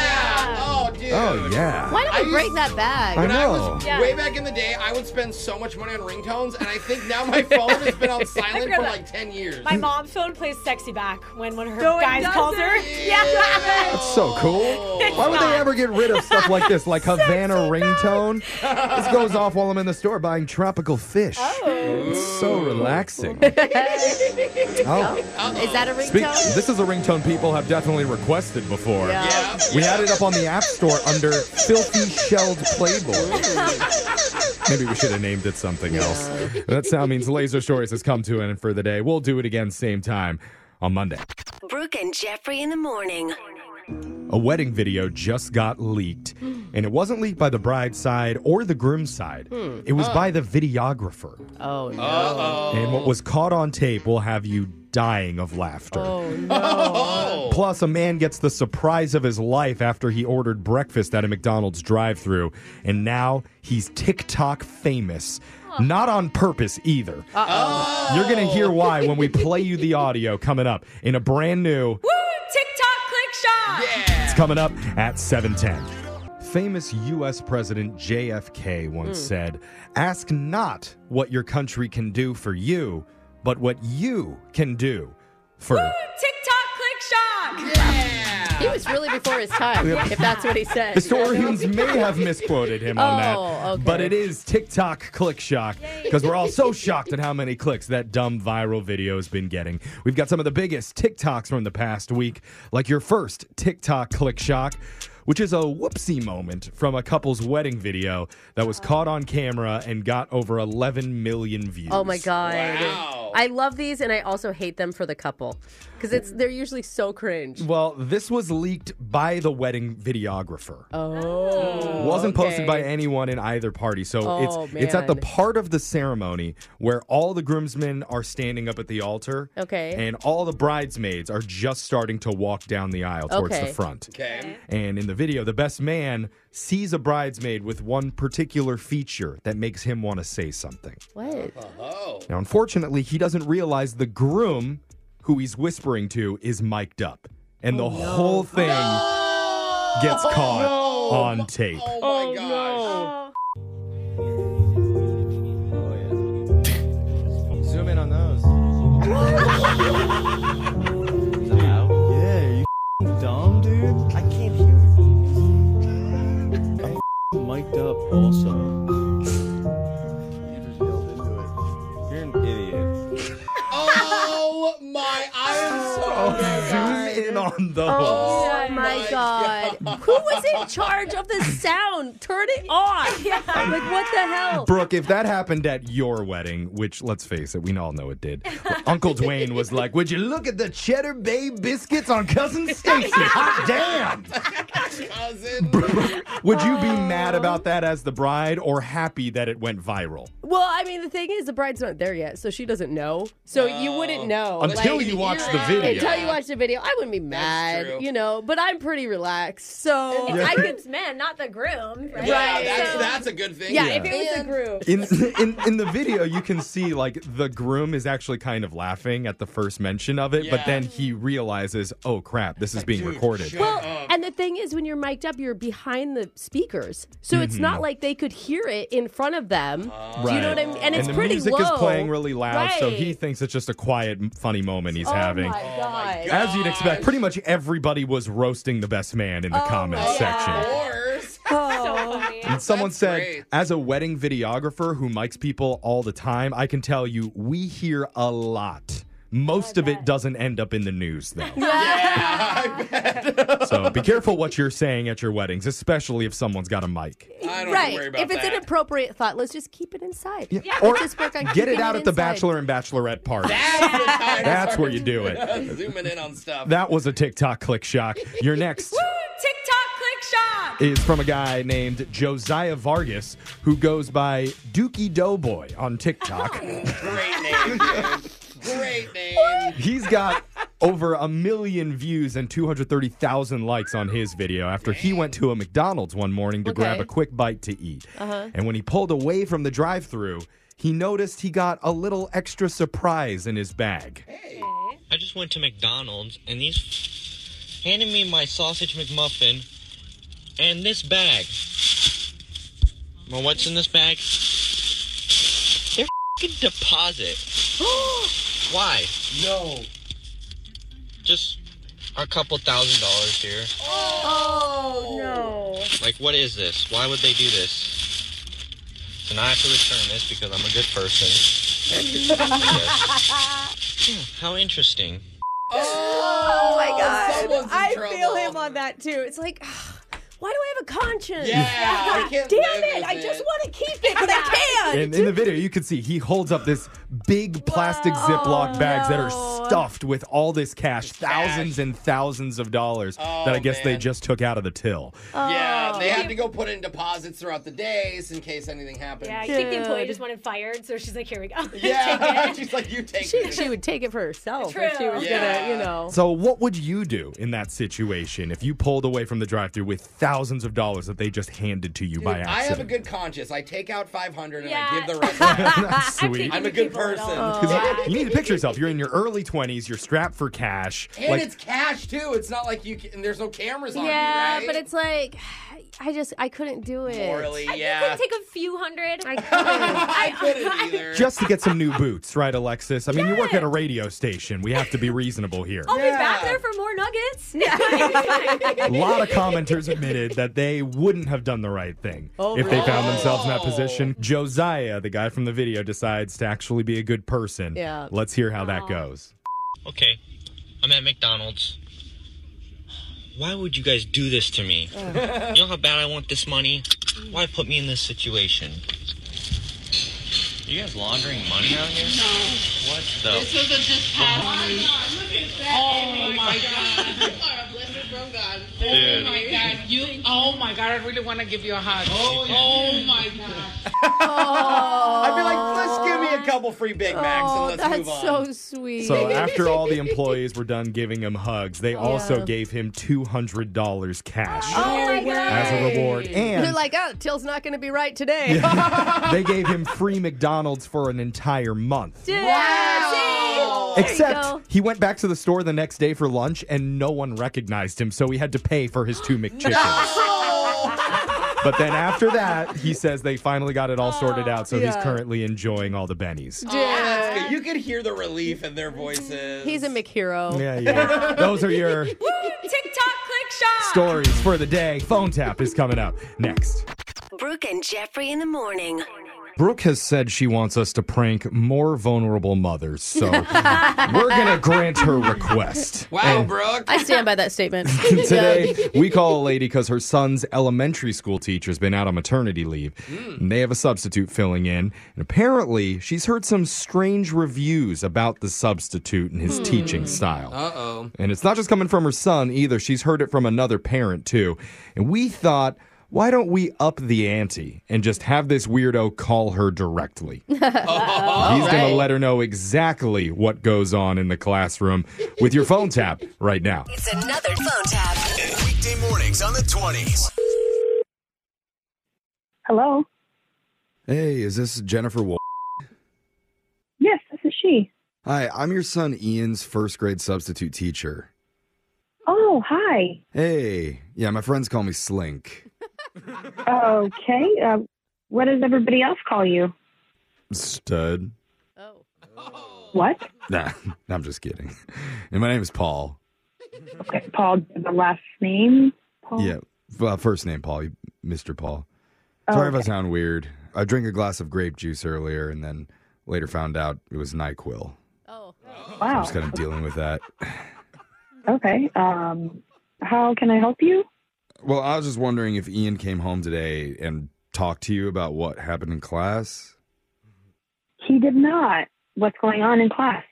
Speaker 3: Oh, dude.
Speaker 4: Oh, yeah.
Speaker 2: Why don't
Speaker 3: I
Speaker 2: we break
Speaker 3: used-
Speaker 2: that back?
Speaker 4: I
Speaker 3: When I
Speaker 4: know.
Speaker 3: was
Speaker 1: Yeah.
Speaker 3: way
Speaker 2: [laughs]
Speaker 3: back in the day, I would spend so much money on ringtones, and I think now my phone has been
Speaker 1: [laughs]
Speaker 3: on silent for
Speaker 1: grandma-
Speaker 3: like ten years.
Speaker 1: My mom's phone plays "Sexy Back" when one of her
Speaker 2: No, it
Speaker 1: guys calls her. Yeah. [laughs]
Speaker 4: That's so cool. Why would they ever get rid of stuff like this, like Havana ringtone? this goes off while I'm in the store buying tropical fish. It's so relaxing. oh,
Speaker 2: Is that a ringtone?
Speaker 4: speak, this is a ringtone people have definitely requested before.
Speaker 2: Yeah.
Speaker 3: Yeah.
Speaker 4: We had it up on the App Store under Filthy Shelled Playboy. Maybe we should have named it something else. That sound means Laser Stories has come to an end for the day. We'll do it again same time on Monday.
Speaker 6: Brooke and Jeffrey in the morning.
Speaker 4: A wedding video just got leaked, and it wasn't leaked by the bride's side or the groom's side. It was by the videographer.
Speaker 2: Oh no.
Speaker 4: And what was caught on tape will have you dying of laughter.
Speaker 2: Oh,
Speaker 3: [laughs] Oh.
Speaker 4: Plus, a man gets the surprise of his life after he ordered breakfast at a McDonald's drive thru, and now he's TikTok famous. Not on purpose either. Uh-oh. You're going to hear why when we play you the audio coming up in a brand new
Speaker 1: TikTok click shot.
Speaker 4: it's coming up at 7:10. Famous US President JFK once said, "Ask not what your country can do for you, but what you can do for
Speaker 1: TikTok click shot.
Speaker 3: Yeah.
Speaker 2: He was really before his time, if that's what he
Speaker 4: [laughs]
Speaker 2: said.
Speaker 4: Historians may have misquoted him on that,
Speaker 2: Oh, okay.
Speaker 4: but it is TikTok click shock because we're all so shocked at how many clicks that dumb viral video has been getting. We've got some of the biggest TikToks from the past week, like your first TikTok click shock, which is a whoopsie moment from a couple's wedding video that was caught on camera and got over 11 million views.
Speaker 2: Oh my god.
Speaker 3: Wow.
Speaker 2: I love these and I also hate them for the couple cuz it's they're usually so cringe.
Speaker 4: Well, this was leaked by the wedding videographer.
Speaker 2: Oh.
Speaker 4: wasn't posted by
Speaker 2: okay.
Speaker 4: anyone in either party. So
Speaker 2: Oh,
Speaker 4: it's it's at the
Speaker 2: man.
Speaker 4: part of the ceremony where all the groomsmen are standing up at the altar.
Speaker 2: Okay.
Speaker 4: And all the bridesmaids are just starting to walk down the aisle towards
Speaker 2: Okay.
Speaker 4: the front.
Speaker 3: Okay.
Speaker 4: And in the video, the best man sees a bridesmaid with one particular feature that makes him want to say something.
Speaker 2: What?
Speaker 3: Oh.
Speaker 4: Now, unfortunately, he doesn't realize the groom who he's whispering to is mic'd up. And
Speaker 2: Oh,
Speaker 4: the whole thing gets caught on tape.
Speaker 3: Oh my gosh.
Speaker 1: Oh,
Speaker 4: Zoom in on those. Yeah, you dumb dude.
Speaker 7: I can't hear it. I'm mic'd up also. You're an idiot.
Speaker 3: Oh my!
Speaker 1: [laughs]
Speaker 3: I am so.
Speaker 4: Oh. Zoom in on those.
Speaker 2: Oh, my,
Speaker 3: my
Speaker 2: god. Who was in charge of the sound? Turn it
Speaker 4: [laughs]
Speaker 2: off. Like what the hell?
Speaker 4: Brooke, if that happened at your wedding, which let's face it, we all know it did, Uncle Dwayne was like, Would you look at the Cheddar Bay biscuits on Cousin Stacy? Hot damn! [laughs]
Speaker 3: cousin.
Speaker 4: Would you be
Speaker 2: Uh-huh.
Speaker 4: mad about that as the bride or happy that it went viral?
Speaker 2: Well, I mean, the thing is, the bride's not there yet, so she doesn't know. So you wouldn't know
Speaker 4: Until
Speaker 2: like-
Speaker 4: you watch the
Speaker 3: you're
Speaker 4: video.
Speaker 2: Until you watch the video, I wouldn't be
Speaker 3: true.
Speaker 2: mad, you know. But I'm pretty relaxed, so
Speaker 1: it's
Speaker 4: Yeah.
Speaker 1: the groom's man, not the groom. Right.
Speaker 3: Yeah,
Speaker 2: Right.
Speaker 3: that's,
Speaker 1: So-
Speaker 3: that's a good thing.
Speaker 2: yeah,
Speaker 4: Yeah.
Speaker 2: If it was the groom,
Speaker 4: in, [laughs] in in the video you can see like the groom is actually kind of laughing at the first mention of it but
Speaker 3: Yeah.
Speaker 4: then he realizes oh crap this is being
Speaker 3: Dude,
Speaker 4: recorded
Speaker 3: shut
Speaker 2: Well,
Speaker 3: up.
Speaker 2: and the thing is, when you're mic'd up, you're behind the speakers, so it's not
Speaker 4: Mm-hmm.
Speaker 2: like they could hear it in front of them. Do you know what I mean? And it's
Speaker 4: the
Speaker 2: pretty
Speaker 4: music
Speaker 2: low.
Speaker 4: is playing really loud so he
Speaker 2: Right.
Speaker 4: thinks it's just a quiet m- funny moment he's
Speaker 2: Oh
Speaker 4: having
Speaker 2: my god!
Speaker 3: God.
Speaker 4: as you'd expect pretty much everybody was roasting the best man in the comments
Speaker 2: Oh my
Speaker 4: section
Speaker 2: God.
Speaker 3: Yours.
Speaker 1: So funny.
Speaker 4: And someone
Speaker 3: That's
Speaker 4: said,
Speaker 3: great.
Speaker 4: as a wedding videographer who mics people all the time, I can tell you we hear a lot. Most of it doesn't end up in the news, though.
Speaker 3: [laughs]
Speaker 4: so be careful what you're saying at your weddings, especially if someone's got a mic.
Speaker 3: I don't
Speaker 2: Right.
Speaker 3: worry about
Speaker 2: If it's
Speaker 3: that.
Speaker 2: inappropriate thought, let's just keep it inside.
Speaker 4: or
Speaker 2: just work on
Speaker 4: get
Speaker 2: keeping
Speaker 4: it out
Speaker 2: it
Speaker 4: at the
Speaker 2: inside.
Speaker 4: bachelor and bachelorette party. [laughs]
Speaker 3: That's the time to
Speaker 4: That's
Speaker 3: start
Speaker 4: where you do it.
Speaker 3: [laughs] Zooming in on stuff.
Speaker 4: That was a TikTok click shock. Your next
Speaker 1: TikTok
Speaker 3: [laughs]
Speaker 1: click shock.
Speaker 4: is from a guy named Josiah Vargas, who goes by Dookie Doughboy on TikTok.
Speaker 3: Great name, dude. Great name.
Speaker 4: He's got over a million views and 230,000 likes on his video after he went to a McDonald's one morning to
Speaker 2: Okay. Uh-huh.
Speaker 4: grab a quick bite to eat. And when he pulled away from the drive through, he noticed he got a little extra surprise in his bag.
Speaker 8: I just went to McDonald's and these handed me my sausage McMuffin and this bag. Well, what's in this bag? They're fing deposit. [gasps] Why?
Speaker 3: No.
Speaker 8: Just a couple thousand dollars here.
Speaker 2: Oh no!
Speaker 8: Like, what is this? Why would they do this? So now I have to return this because I'm a good person. I guess. Hmm, how interesting.
Speaker 2: Oh my
Speaker 3: someone's in
Speaker 2: I feel
Speaker 3: trouble.
Speaker 2: him on that too. It's like, [sighs] why do I have a conscience?
Speaker 3: Yeah, I
Speaker 2: Damn
Speaker 3: can't live
Speaker 2: it!
Speaker 3: with
Speaker 2: I just
Speaker 3: it.
Speaker 2: want to keep it, but [laughs] I can't.
Speaker 4: And in the video, you can see he holds up this big plastic Ziploc bags that are stuffed with all this cash, thousands and thousands of dollars that I guess they
Speaker 3: man.
Speaker 4: just took out of the till.
Speaker 3: Yeah,
Speaker 1: Oh.
Speaker 3: they had to go put in deposits throughout the days in case anything happened.
Speaker 1: Yeah, I think the employee
Speaker 2: Dude.
Speaker 1: just wanted fired, so she's like, here we go.
Speaker 3: Yeah,
Speaker 1: [laughs]
Speaker 3: she's like, you take
Speaker 2: she,
Speaker 3: it.
Speaker 2: she would take it for herself if she
Speaker 1: True.
Speaker 2: was
Speaker 3: Yeah.
Speaker 2: gonna, you know.
Speaker 4: So, what would you do in that situation if you pulled away from the drive through with thousands of dollars that they just handed to you by accident?
Speaker 3: I have a good conscience. I take out 500 and
Speaker 1: Yeah.
Speaker 3: I give the rest.
Speaker 4: [laughs] That's sweet.
Speaker 1: taking
Speaker 3: I'm a
Speaker 1: the
Speaker 3: good
Speaker 1: people at all.
Speaker 3: person.
Speaker 4: [laughs] 'Cause you, you need to picture yourself. You're in your early 20s. 20s. You're strapped for cash.
Speaker 3: And
Speaker 4: like,
Speaker 3: it's cash too. It's not like you can, and there's no cameras on
Speaker 9: yeah,
Speaker 3: you, right?
Speaker 9: but it's like I just I couldn't do it.
Speaker 3: morally,
Speaker 1: I
Speaker 3: yeah.
Speaker 1: could take a
Speaker 2: [laughs]
Speaker 1: few hundred.
Speaker 9: I couldn't.
Speaker 3: [laughs] I couldn't
Speaker 1: [laughs]
Speaker 3: either.
Speaker 4: just to get some new boots, right, Alexis? I mean, you work at a radio station. We have to be reasonable here.
Speaker 1: I'll be back there for
Speaker 2: [laughs]
Speaker 1: more nuggets. [laughs]
Speaker 4: A lot of commenters admitted that they wouldn't have done the right thing
Speaker 2: Oh,
Speaker 4: if they found
Speaker 3: really?
Speaker 4: themselves in that
Speaker 3: Oh.
Speaker 4: position. Josiah, the guy from the video, decides to actually be a good person.
Speaker 2: Yeah.
Speaker 4: Let's hear how that goes.
Speaker 8: Okay, I'm at McDonald's. Why would you guys do this to me? you know how bad I want this money? Why put me in this situation? You guys laundering money out here? No. What the? This was a just passed.
Speaker 10: You, oh my god, I really want to give you a hug. Oh, my god.
Speaker 3: I'd be like, let's give me a couple free Big Macs
Speaker 9: oh,
Speaker 3: and let's
Speaker 9: that's
Speaker 3: move on.
Speaker 9: so sweet.
Speaker 2: [laughs]
Speaker 4: So, after all the employees were done giving him hugs, they also gave him $200 cash
Speaker 9: oh my
Speaker 4: as a reward. And
Speaker 2: They're like, oh, Till's not going to be right today.
Speaker 4: [laughs]
Speaker 2: [laughs]
Speaker 4: they gave him free McDonald's for an entire month.
Speaker 9: Wow.
Speaker 4: Except he went back to the store the next day for lunch and no one recognized him, so he had to pay for his two [laughs] McChickens. But then after that, he says they finally got it all sorted out, so he's
Speaker 2: Yeah.
Speaker 4: currently enjoying all the bennies.
Speaker 3: That's good. You could hear the relief in their voices.
Speaker 2: He's a McHero.
Speaker 4: Yeah, yeah.
Speaker 2: [laughs]
Speaker 4: Those are your
Speaker 1: TikTok click shop.
Speaker 4: stories for the day. Phone tap is coming up next.
Speaker 6: Brooke and Jeffrey in the morning.
Speaker 4: Brooke has said she wants us to prank more vulnerable mothers, so
Speaker 2: [laughs]
Speaker 4: we're gonna grant her request.
Speaker 3: Wow,
Speaker 4: And-
Speaker 3: Brooke.
Speaker 2: I stand by
Speaker 4: [laughs]
Speaker 2: that statement. [laughs]
Speaker 4: Today, we call a lady because her son's elementary school teacher's been out on maternity leave, and they have a substitute filling in. And apparently, she's heard some strange reviews about the substitute and his teaching style.
Speaker 3: Uh oh.
Speaker 4: And it's not just coming from her son either, she's heard it from another parent too. And we thought, why don't we up the ante and just have this weirdo call her directly?
Speaker 2: Oh,
Speaker 3: Oh.
Speaker 4: [laughs] He's going to let her know exactly what goes on in the classroom with your phone tap right now.
Speaker 6: It's another phone tap.
Speaker 11: Weekday mornings on the 20s.
Speaker 10: Hello.
Speaker 4: Hey, is this Jennifer Wolf?
Speaker 10: Yes, this is she.
Speaker 4: Hi, I'm your son Ian's first grade substitute teacher.
Speaker 10: Oh, hi.
Speaker 4: Hey, yeah, my friends call me Slink.
Speaker 10: Okay. Uh, what does everybody else call you?
Speaker 4: Stud.
Speaker 2: oh.
Speaker 10: What?
Speaker 4: Nah, [laughs] I'm just kidding. And my name is Paul.
Speaker 10: Okay, Paul, the last name. Paul.
Speaker 4: Yeah, well, first name Paul, Mr. Paul.
Speaker 10: Oh,
Speaker 4: Sorry if I sound weird. I drank a glass of grape juice earlier and then later found out it was NyQuil.
Speaker 2: Oh.
Speaker 4: I'm
Speaker 10: Wow.
Speaker 4: just kind of dealing with that.
Speaker 10: Okay. Um, how can I help you?
Speaker 4: Well, I was just wondering if Ian came home today and talked to you about what happened in class.
Speaker 10: He did not. What's going on in class?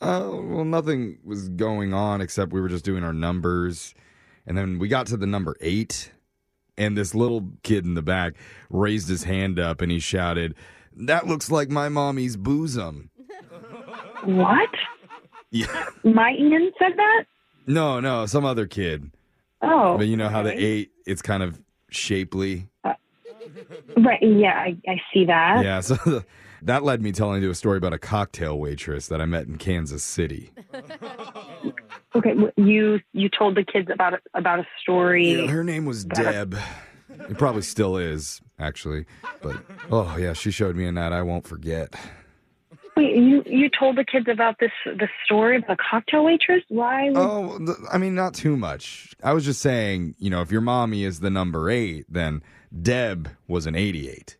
Speaker 4: Oh, well, nothing was going on except we were just doing our numbers. And then we got to the number eight, and this little kid in the back raised his hand up and he shouted, That looks like my mommy's boozum.
Speaker 10: What?
Speaker 4: Yeah.
Speaker 10: My Ian said that?
Speaker 4: No, no, some other kid.
Speaker 10: Oh,
Speaker 4: But you know how the eight, it's kind of shapely.
Speaker 10: right. Yeah, I, I see that.
Speaker 4: Yeah, so [laughs] that led me telling you a story about a cocktail waitress that I met in Kansas City.
Speaker 10: Okay, w- you you told the kids about a- about a story.
Speaker 4: Yeah, her name was Deb. It probably still is, actually. But oh yeah, she showed me a night I won't forget.
Speaker 10: Wait, you you told the kids about this the story of the cocktail waitress? Why? would-
Speaker 4: Oh, th- I mean, not too much. I was just saying, you know, if your mommy is the number eight, then Deb was an eighty-eight.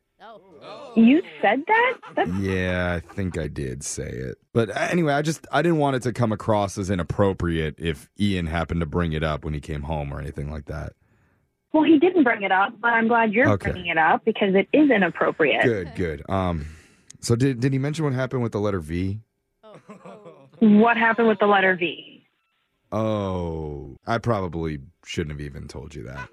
Speaker 10: You said that? That's
Speaker 4: Yeah, I think I did say it. But uh, anyway, I just I didn't want it to come across as inappropriate if Ian happened to bring it up when he came home or anything like that.
Speaker 10: well, he didn't bring it up, but I'm glad you're
Speaker 4: Okay.
Speaker 10: bringing it up because it is inappropriate.
Speaker 4: Good, good. Um, so did did he mention what happened with the letter V?
Speaker 10: What happened with the letter V?
Speaker 4: Oh, I probably shouldn't have even told you that.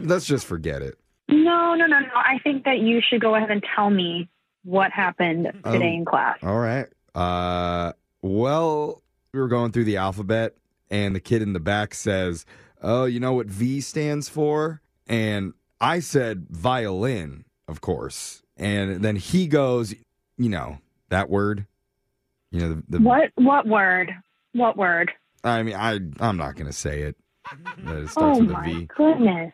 Speaker 4: Let's just forget it.
Speaker 10: No, no, no, no. I think that you should go ahead and tell me what happened today in
Speaker 12: Um,
Speaker 10: class.
Speaker 4: All right. Uh, well, we were going through the alphabet, and the kid in the back says, "Oh, you know what V stands for?" And I said violin, of course. And then he goes, "You know that word."
Speaker 12: You know, the, the
Speaker 10: What what word? What word?
Speaker 12: I mean, I I'm not gonna say it. That it starts
Speaker 10: Oh
Speaker 12: with a
Speaker 10: my
Speaker 12: V.
Speaker 10: goodness.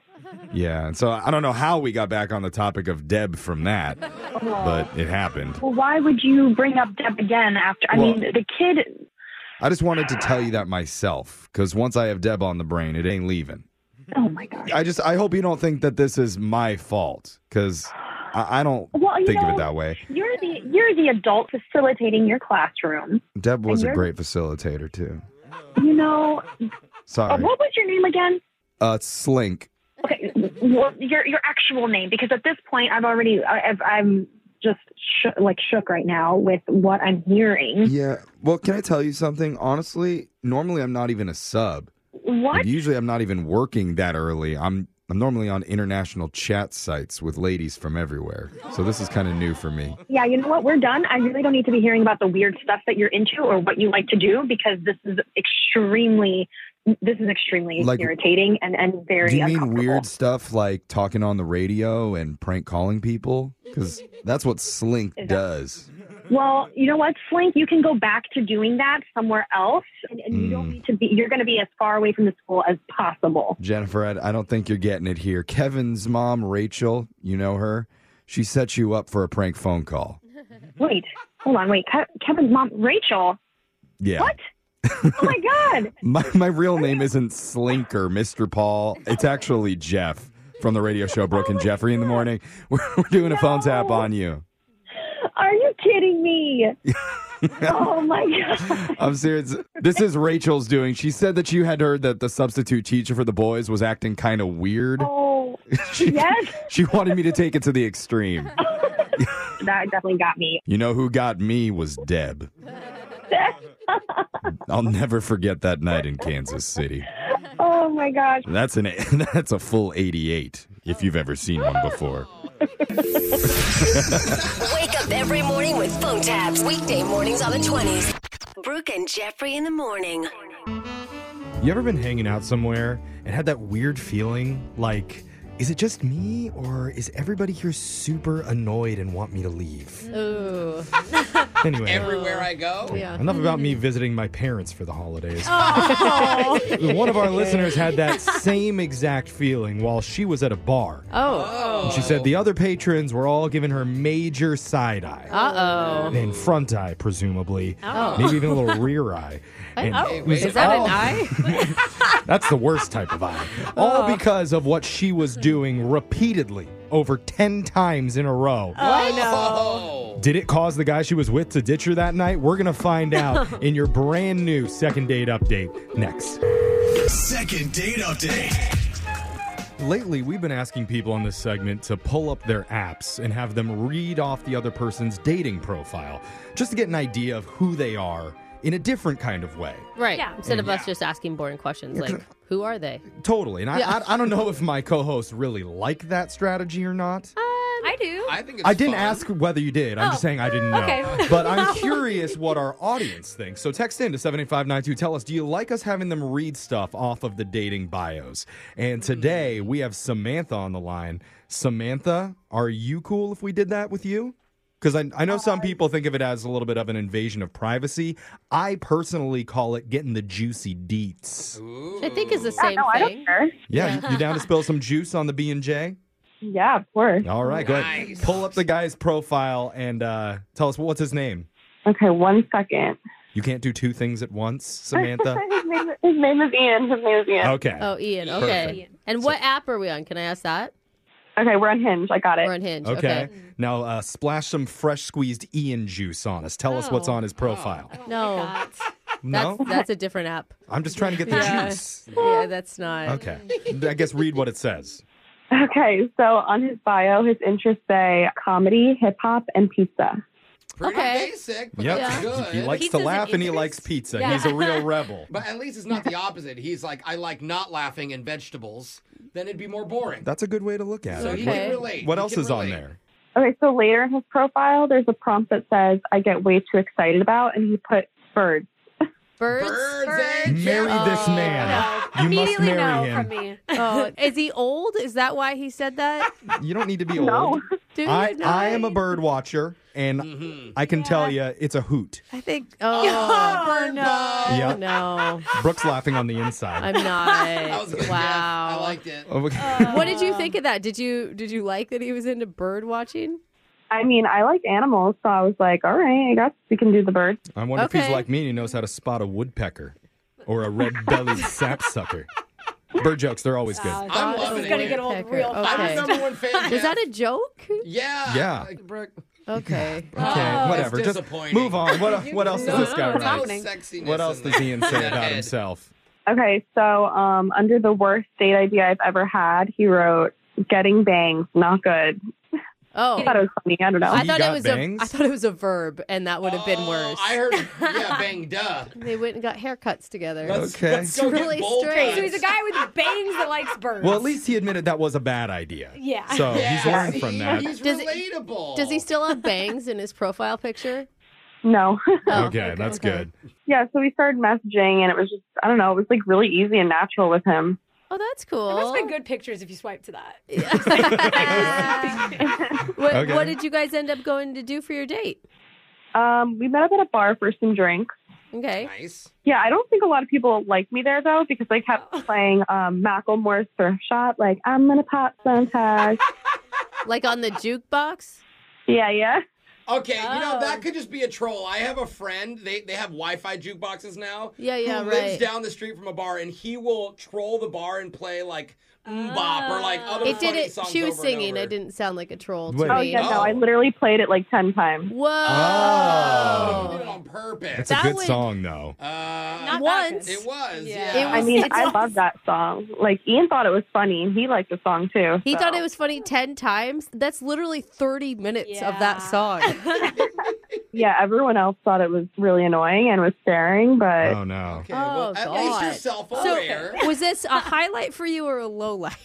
Speaker 12: Yeah, and so I don't know how we got back on the topic of Deb from that, but it happened.
Speaker 10: Well, why would you bring up Deb again after? I
Speaker 12: Well-
Speaker 10: mean, the kid.
Speaker 12: I just wanted to tell you that myself, because once I have Deb on the brain, it ain't leaving.
Speaker 10: Oh my god.
Speaker 12: I just I hope you don't think that this is my fault, because I, I don't
Speaker 10: Well, you
Speaker 12: think of
Speaker 10: know-
Speaker 12: it that way.
Speaker 10: You're the you're the adult facilitating your classroom.
Speaker 12: Deb was a
Speaker 10: And you're-
Speaker 12: great facilitator too.
Speaker 10: You know. Uh,
Speaker 12: Sorry,
Speaker 10: what was your name again?
Speaker 12: uh, Slink.
Speaker 10: Okay, well, your your actual name, because at this point, I've already I- I've, I'm just sh- like shook right now with what I'm hearing.
Speaker 12: Yeah. Well, can I tell you something? Honestly, normally I'm not even a sub.
Speaker 10: What?
Speaker 12: And usually I'm not even working that early. I'm I'm normally on international chat sites with ladies from everywhere. So this is kind of new for me.
Speaker 10: Yeah, you know what? We're done. I really don't need to be hearing about the weird stuff that you're into or what you like to do because this is extremely this is extremely
Speaker 12: Like-
Speaker 10: irritating and and very.
Speaker 12: Do you
Speaker 10: uncom-
Speaker 12: mean weird stuff like talking on the radio and prank calling people? Cuz that's what Slink does.
Speaker 10: well, you know what, Slink? You can go back to doing that somewhere else, and, and you
Speaker 12: Mm.
Speaker 10: don't need to be. You're going to be as far away from the school as possible.
Speaker 12: Jennifer, I, I don't think you're getting it here. Kevin's mom, Rachel, you know her. She set you up for a prank phone call.
Speaker 10: Wait, hold on. Wait, Ke- Kevin's mom, Rachel.
Speaker 12: Yeah.
Speaker 10: What? Oh my god.
Speaker 12: My, my real name isn't Slink or Mr. Paul. It's actually Jeff from the radio show Brooke
Speaker 10: Oh
Speaker 12: and Jeffrey in the morning. [laughs] We're, we're doing a phone tap on you.
Speaker 10: Are you kidding me? oh my god.
Speaker 12: I'm serious. This is Rachel's doing. She said that you had heard that the substitute teacher for the boys was acting kind of weird.
Speaker 10: Oh.
Speaker 12: She-
Speaker 4: [laughs]
Speaker 10: yes.
Speaker 12: She wanted me to take it to the extreme.
Speaker 10: That definitely got me. [laughs]
Speaker 12: You know who got me was Deb. I'll never forget that night in Kansas City.
Speaker 10: Oh my gosh.
Speaker 12: That's an [laughs] that's a full 88 if you've ever seen one before.
Speaker 6: Wake up every morning with phone tabs. Weekday mornings on the 20s. Brooke and Jeffrey in the morning.
Speaker 4: You ever been hanging out somewhere and had that weird feeling like, is it just me or is everybody here super annoyed and want me to leave?
Speaker 3: [laughs]
Speaker 2: Ooh.
Speaker 4: Anyway.
Speaker 3: Everywhere I go?
Speaker 2: Yeah.
Speaker 4: Enough about me visiting my parents for the holidays. [laughs]
Speaker 2: Oh.
Speaker 4: One
Speaker 2: [laughs]
Speaker 4: of our listeners had that same exact feeling while she was at a bar.
Speaker 2: Oh.
Speaker 4: And she said the other patrons were all giving her major side eye.
Speaker 2: Uh oh.
Speaker 4: And front eye, presumably.
Speaker 2: Oh.
Speaker 4: Maybe even a little rear
Speaker 2: [laughs]
Speaker 4: eye. And
Speaker 2: Oh,
Speaker 4: it was-
Speaker 2: is that
Speaker 4: Oh.
Speaker 2: an eye?
Speaker 4: [laughs] That's the worst type of
Speaker 2: [laughs]
Speaker 4: eye. All
Speaker 2: Oh.
Speaker 4: because of what she was doing repeatedly over 10 times in a row.
Speaker 3: Oh,
Speaker 4: Did it cause the guy she was with to ditch her that night? We're going to find
Speaker 2: [laughs]
Speaker 4: out in your brand new second date update next.
Speaker 11: Second date update.
Speaker 4: Lately, we've been asking people on this segment to pull up their apps and have them read off the other person's dating profile just to get an idea of who they are in a different kind of way.
Speaker 2: Right. Instead of us just asking boring questions like, who are
Speaker 13: Um,
Speaker 2: they?
Speaker 4: Totally. And I,
Speaker 2: Yeah.
Speaker 4: I, I don't know if my co hosts really like that strategy or not.
Speaker 1: I do. I
Speaker 3: think
Speaker 4: I didn't ask whether you did. I'm just saying I didn't know.
Speaker 1: okay.
Speaker 4: But I'm curious what our audience thinks. So text in to 78592. Tell us, do you like us having them read stuff off of the dating bios? And today we have Samantha on the line. Samantha, are you cool if we did that with you? Because I, I know some people think of it as a little bit of an invasion of privacy. I personally call it getting the juicy deets.
Speaker 2: I think it's the
Speaker 10: Yeah,
Speaker 2: same
Speaker 10: no, I don't
Speaker 2: thing.
Speaker 10: care.
Speaker 4: Yeah,
Speaker 2: [laughs]
Speaker 4: you- you down to spill some juice on the B and J?
Speaker 10: Yeah, of course.
Speaker 4: All right, go ahead. Pull up the guy's profile and uh, tell us what's his name.
Speaker 13: Okay, one second.
Speaker 4: You can't do two things at
Speaker 2: [laughs]
Speaker 4: once, Samantha.
Speaker 13: [laughs] his, name, his name is Ian. His name is Ian.
Speaker 4: Okay.
Speaker 2: Oh, Ian.
Speaker 4: Perfect.
Speaker 2: Okay. And what app are we on? Can I ask that?
Speaker 13: Okay, we're on Hinge. I got it.
Speaker 2: We're on Hinge.
Speaker 4: okay.
Speaker 2: Okay.
Speaker 4: Now uh, splash some fresh squeezed Ian juice on us. Tell us what's on his profile.
Speaker 13: Oh
Speaker 2: No.
Speaker 4: No,
Speaker 2: Oh. That's, that's a different app.
Speaker 4: I'm just trying to get the
Speaker 2: yeah.
Speaker 4: juice.
Speaker 2: [laughs] Yeah, that's not.
Speaker 4: Okay. I guess read what it says.
Speaker 13: Okay, so on his bio, his interests say comedy, hip hop, and pizza.
Speaker 3: Pretty
Speaker 2: Okay.
Speaker 3: basic, but
Speaker 4: Yep.
Speaker 3: that's good.
Speaker 4: He likes to laugh and he likes pizza.
Speaker 3: Yeah.
Speaker 4: He's a
Speaker 2: [laughs]
Speaker 4: real rebel.
Speaker 3: But at least it's not the opposite. He's like, I like not laughing and vegetables. Then it'd be more boring.
Speaker 4: That's a good way to look at
Speaker 3: So
Speaker 4: it.
Speaker 3: you can relate.
Speaker 4: What
Speaker 3: You
Speaker 4: else
Speaker 3: can
Speaker 4: is on
Speaker 3: relate.
Speaker 4: there?
Speaker 13: Okay, so later in his profile, there's a prompt that says, I get way too excited about, and he put birds.
Speaker 2: Birds.
Speaker 3: Birds, and
Speaker 4: Marry this man. You must
Speaker 2: Immediately
Speaker 4: marry
Speaker 2: no
Speaker 4: him.
Speaker 2: from me. Oh, is he old? Is that why he said that?
Speaker 4: You don't need to be
Speaker 2: No.
Speaker 4: old.
Speaker 2: [laughs] Do you Mm-hmm.
Speaker 4: I,
Speaker 2: not?
Speaker 4: I am a bird watcher, and I can tell you it's a hoot.
Speaker 2: I think. Oh, no,
Speaker 4: Yep.
Speaker 2: no,
Speaker 4: Brooke's laughing on the inside. [laughs]
Speaker 2: I'm not. wow, I liked
Speaker 3: it.
Speaker 4: Oh, okay.
Speaker 2: what did you think of that? Did you did you like that he was into bird watching?
Speaker 13: I mean, I like animals, so I was like, all right, I guess we can do the birds.
Speaker 4: I wonder if
Speaker 13: Okay.
Speaker 4: he's like me and he knows how to spot a woodpecker or a [laughs] red-bellied sapsucker. Bird jokes, they're always good.
Speaker 3: I'm loving it.
Speaker 1: this is gonna get old real
Speaker 2: Okay.
Speaker 1: fast.
Speaker 2: I'm the number
Speaker 3: one fan.
Speaker 2: Was that a joke?
Speaker 3: Yeah.
Speaker 4: Yeah.
Speaker 3: Brooke.
Speaker 2: Okay.
Speaker 4: Okay, whatever.
Speaker 3: That's
Speaker 4: Just
Speaker 3: disappointing.
Speaker 4: move on. What, what else does this guy
Speaker 3: No, no,
Speaker 4: write?
Speaker 3: sexiness
Speaker 4: What else
Speaker 3: in
Speaker 4: does
Speaker 3: that-
Speaker 4: Ian
Speaker 3: in
Speaker 4: say
Speaker 3: that
Speaker 4: about
Speaker 3: head.
Speaker 4: himself?
Speaker 13: Okay, so um, under the worst date idea I've ever had, he wrote, getting bangs, not good.
Speaker 2: Oh,
Speaker 13: I thought it was funny. I don't know.
Speaker 2: I thought it was a I thought it was a verb, and that would have been worse. I
Speaker 3: Oh, heard,
Speaker 2: [laughs]
Speaker 3: yeah, bang, duh.
Speaker 2: they went and got haircuts together.
Speaker 4: Let's- Okay. let's
Speaker 2: it's
Speaker 4: go get
Speaker 2: really
Speaker 4: bowl
Speaker 2: straight.
Speaker 4: cuts. So he's
Speaker 1: a guy with bangs that likes birds.
Speaker 4: Well, at least he admitted that was a bad idea.
Speaker 2: Yeah.
Speaker 4: So he's learned from that.
Speaker 2: Does relatable. does he still have bangs in his
Speaker 4: [laughs]
Speaker 2: profile picture?
Speaker 13: No. [laughs]
Speaker 4: okay, that's good.
Speaker 13: yeah, so we started messaging, and it was just, I don't know, it was like really easy and natural with him.
Speaker 2: Oh, that's cool.
Speaker 1: There must have been good pictures if you swipe to that.
Speaker 2: What,
Speaker 13: Okay.
Speaker 2: what did you guys end up going to do for your date?
Speaker 13: Um, we met up at a bar for some drinks.
Speaker 2: Okay.
Speaker 3: Nice.
Speaker 13: Yeah, I don't think a lot of people liked me there though because
Speaker 2: [laughs]
Speaker 13: I kept playing um, Macklemore's Surf Shot, like I'm gonna pop some tags.
Speaker 2: [laughs] Like on the jukebox?
Speaker 13: yeah, yeah.
Speaker 3: Okay, you know that
Speaker 2: Oh.
Speaker 3: could just be a troll. I have a friend; they they have Wi-Fi jukeboxes now.
Speaker 2: Yeah, yeah,
Speaker 3: who
Speaker 2: right.
Speaker 3: Lives down the street from a bar, and he will troll the bar and play like mm bop or like other
Speaker 2: it did
Speaker 3: funny
Speaker 2: it.
Speaker 3: songs
Speaker 2: She was
Speaker 3: over and
Speaker 2: singing.
Speaker 3: over.
Speaker 2: It didn't sound like a troll
Speaker 13: Oh
Speaker 2: to me.
Speaker 13: yeah, no, I literally played it like ten times.
Speaker 2: Whoa.
Speaker 4: Oh.
Speaker 3: Did it on purpose.
Speaker 4: That's a good song, though.
Speaker 3: Uh,
Speaker 2: once
Speaker 3: it was. Yeah.
Speaker 2: It was-
Speaker 13: I mean,
Speaker 2: it's
Speaker 13: I
Speaker 2: awesome.
Speaker 13: love that song. Like Ian thought it was funny, and he liked the song too.
Speaker 2: He
Speaker 13: so.
Speaker 2: thought it was funny 10 times. That's literally 30 minutes of that song.
Speaker 13: Yeah, everyone else thought it was really annoying and was staring, but
Speaker 4: oh no.
Speaker 3: Okay, well,
Speaker 2: Oh,
Speaker 3: at least you're
Speaker 2: God.
Speaker 3: self-aware.
Speaker 2: Was this a highlight for you or a low light?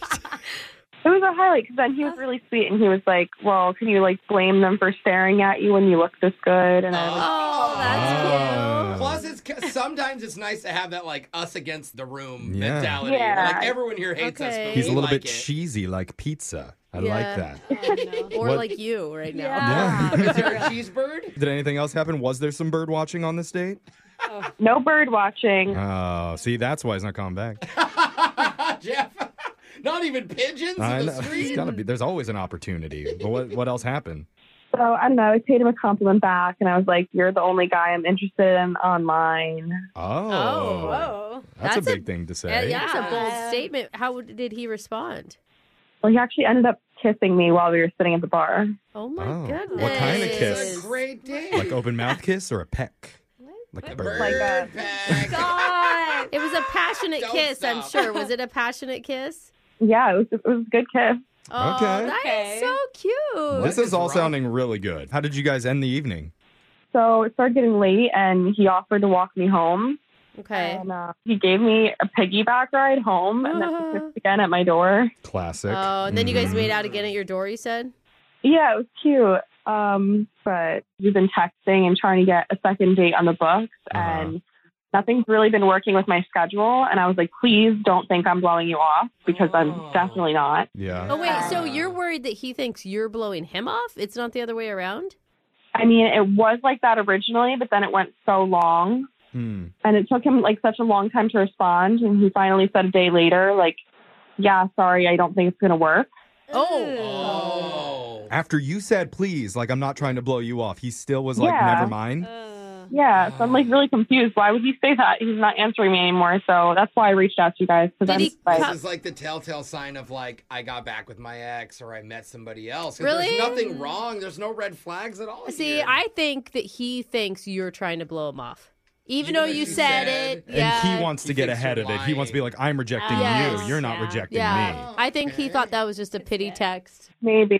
Speaker 13: It was a highlight because then he was really sweet and he was like, "Well, can you like blame them for staring at you when you look this good?" And I was
Speaker 2: Oh,
Speaker 4: Ah.
Speaker 3: that's cute. Plus, it's ca- sometimes it's nice to have that like us against the room
Speaker 4: Yeah.
Speaker 3: mentality. where,
Speaker 4: Yeah.
Speaker 3: Like everyone here hates us. But
Speaker 4: He's a
Speaker 3: we
Speaker 4: little
Speaker 3: like
Speaker 4: bit
Speaker 3: it.
Speaker 4: cheesy, like pizza. I like [laughs] that.
Speaker 2: Or
Speaker 4: What-
Speaker 2: [laughs] like you right now.
Speaker 4: Yeah.
Speaker 3: [laughs]
Speaker 4: Yeah. [laughs]
Speaker 3: Is there a cheese bird?
Speaker 4: Did anything else happen? Was there some bird watching on this date?
Speaker 13: no bird watching.
Speaker 4: Oh, see, that's why he's not coming back.
Speaker 3: Jeff, not even pigeons
Speaker 4: I
Speaker 3: in
Speaker 4: know. [laughs]
Speaker 3: the
Speaker 4: There's
Speaker 3: street.
Speaker 4: gotta be. There's always an opportunity. But what what else happened?
Speaker 13: So I don't know. I paid him a compliment back, and I was like, "You're the only guy I'm interested in online."
Speaker 4: Oh,
Speaker 2: whoa.
Speaker 4: that's,
Speaker 2: That's
Speaker 4: a
Speaker 2: a-
Speaker 4: big thing to say.
Speaker 2: Yeah, yeah, that's a bold statement. How would- did he respond?
Speaker 13: Well, he actually ended up kissing me while we were sitting at the bar.
Speaker 2: Oh my
Speaker 4: Oh.
Speaker 2: goodness.
Speaker 4: What kind of
Speaker 3: It's
Speaker 4: kiss?
Speaker 3: a great day.
Speaker 4: Like open mouth kiss or a peck? Like a bird.
Speaker 3: Like a-
Speaker 2: God. It was a passionate
Speaker 1: Don't
Speaker 2: kiss, I'm
Speaker 1: stop.
Speaker 2: sure. Was it a passionate kiss?
Speaker 13: Yeah, it was it was a good kiss.
Speaker 2: Oh,
Speaker 4: Okay.
Speaker 2: that is so
Speaker 3: Oh,
Speaker 2: cute.
Speaker 4: this is all sounding really good. How did you guys end the evening?
Speaker 13: So it started getting late, and he offered to walk me home.
Speaker 2: Okay.
Speaker 13: And, uh, he gave me a piggyback ride home, and then he kissed again at my door.
Speaker 4: Classic. Mm-hmm.
Speaker 2: Oh, and then you guys made out again at your door, you said?
Speaker 13: Yeah, it was cute. Um, but we've been texting and trying to get a second date on the books, and nothing's really been working with my schedule. And I was like, please don't think I'm blowing you off because I'm definitely not.
Speaker 4: Yeah.
Speaker 2: Oh, wait, so you're worried that he thinks you're blowing him off? It's not the other way around?
Speaker 13: I mean, it was like that originally, but then it went so long, and it took him like such a long time to respond. And he finally said a day later, like, yeah, sorry, I don't think it's gonna work.
Speaker 3: Oh.
Speaker 4: After you said please, like I'm not trying to blow you off, he still was like,
Speaker 13: Yeah.
Speaker 4: never mind.
Speaker 2: Uh-huh.
Speaker 13: Yeah, so I'm like really confused. Why would he say that? He's not answering me anymore, so that's why I reached out to you guys because I'm like,
Speaker 3: This is like the telltale sign of like I got back with my ex or I met somebody else. 'Cause
Speaker 2: Really?
Speaker 3: There's nothing wrong. There's no red flags at all.
Speaker 2: See,
Speaker 3: here.
Speaker 2: I think that he thinks you're trying to blow him off. Even
Speaker 3: Even
Speaker 2: though
Speaker 3: though
Speaker 2: you
Speaker 3: you
Speaker 2: said,
Speaker 3: said-
Speaker 2: it,
Speaker 4: And
Speaker 2: yeah.
Speaker 4: he wants to get ahead of it. He wants to be like, I'm rejecting
Speaker 2: Yes.
Speaker 4: you. You're not rejecting me.
Speaker 2: yeah. I think he thought that was just a pity text.
Speaker 13: Maybe.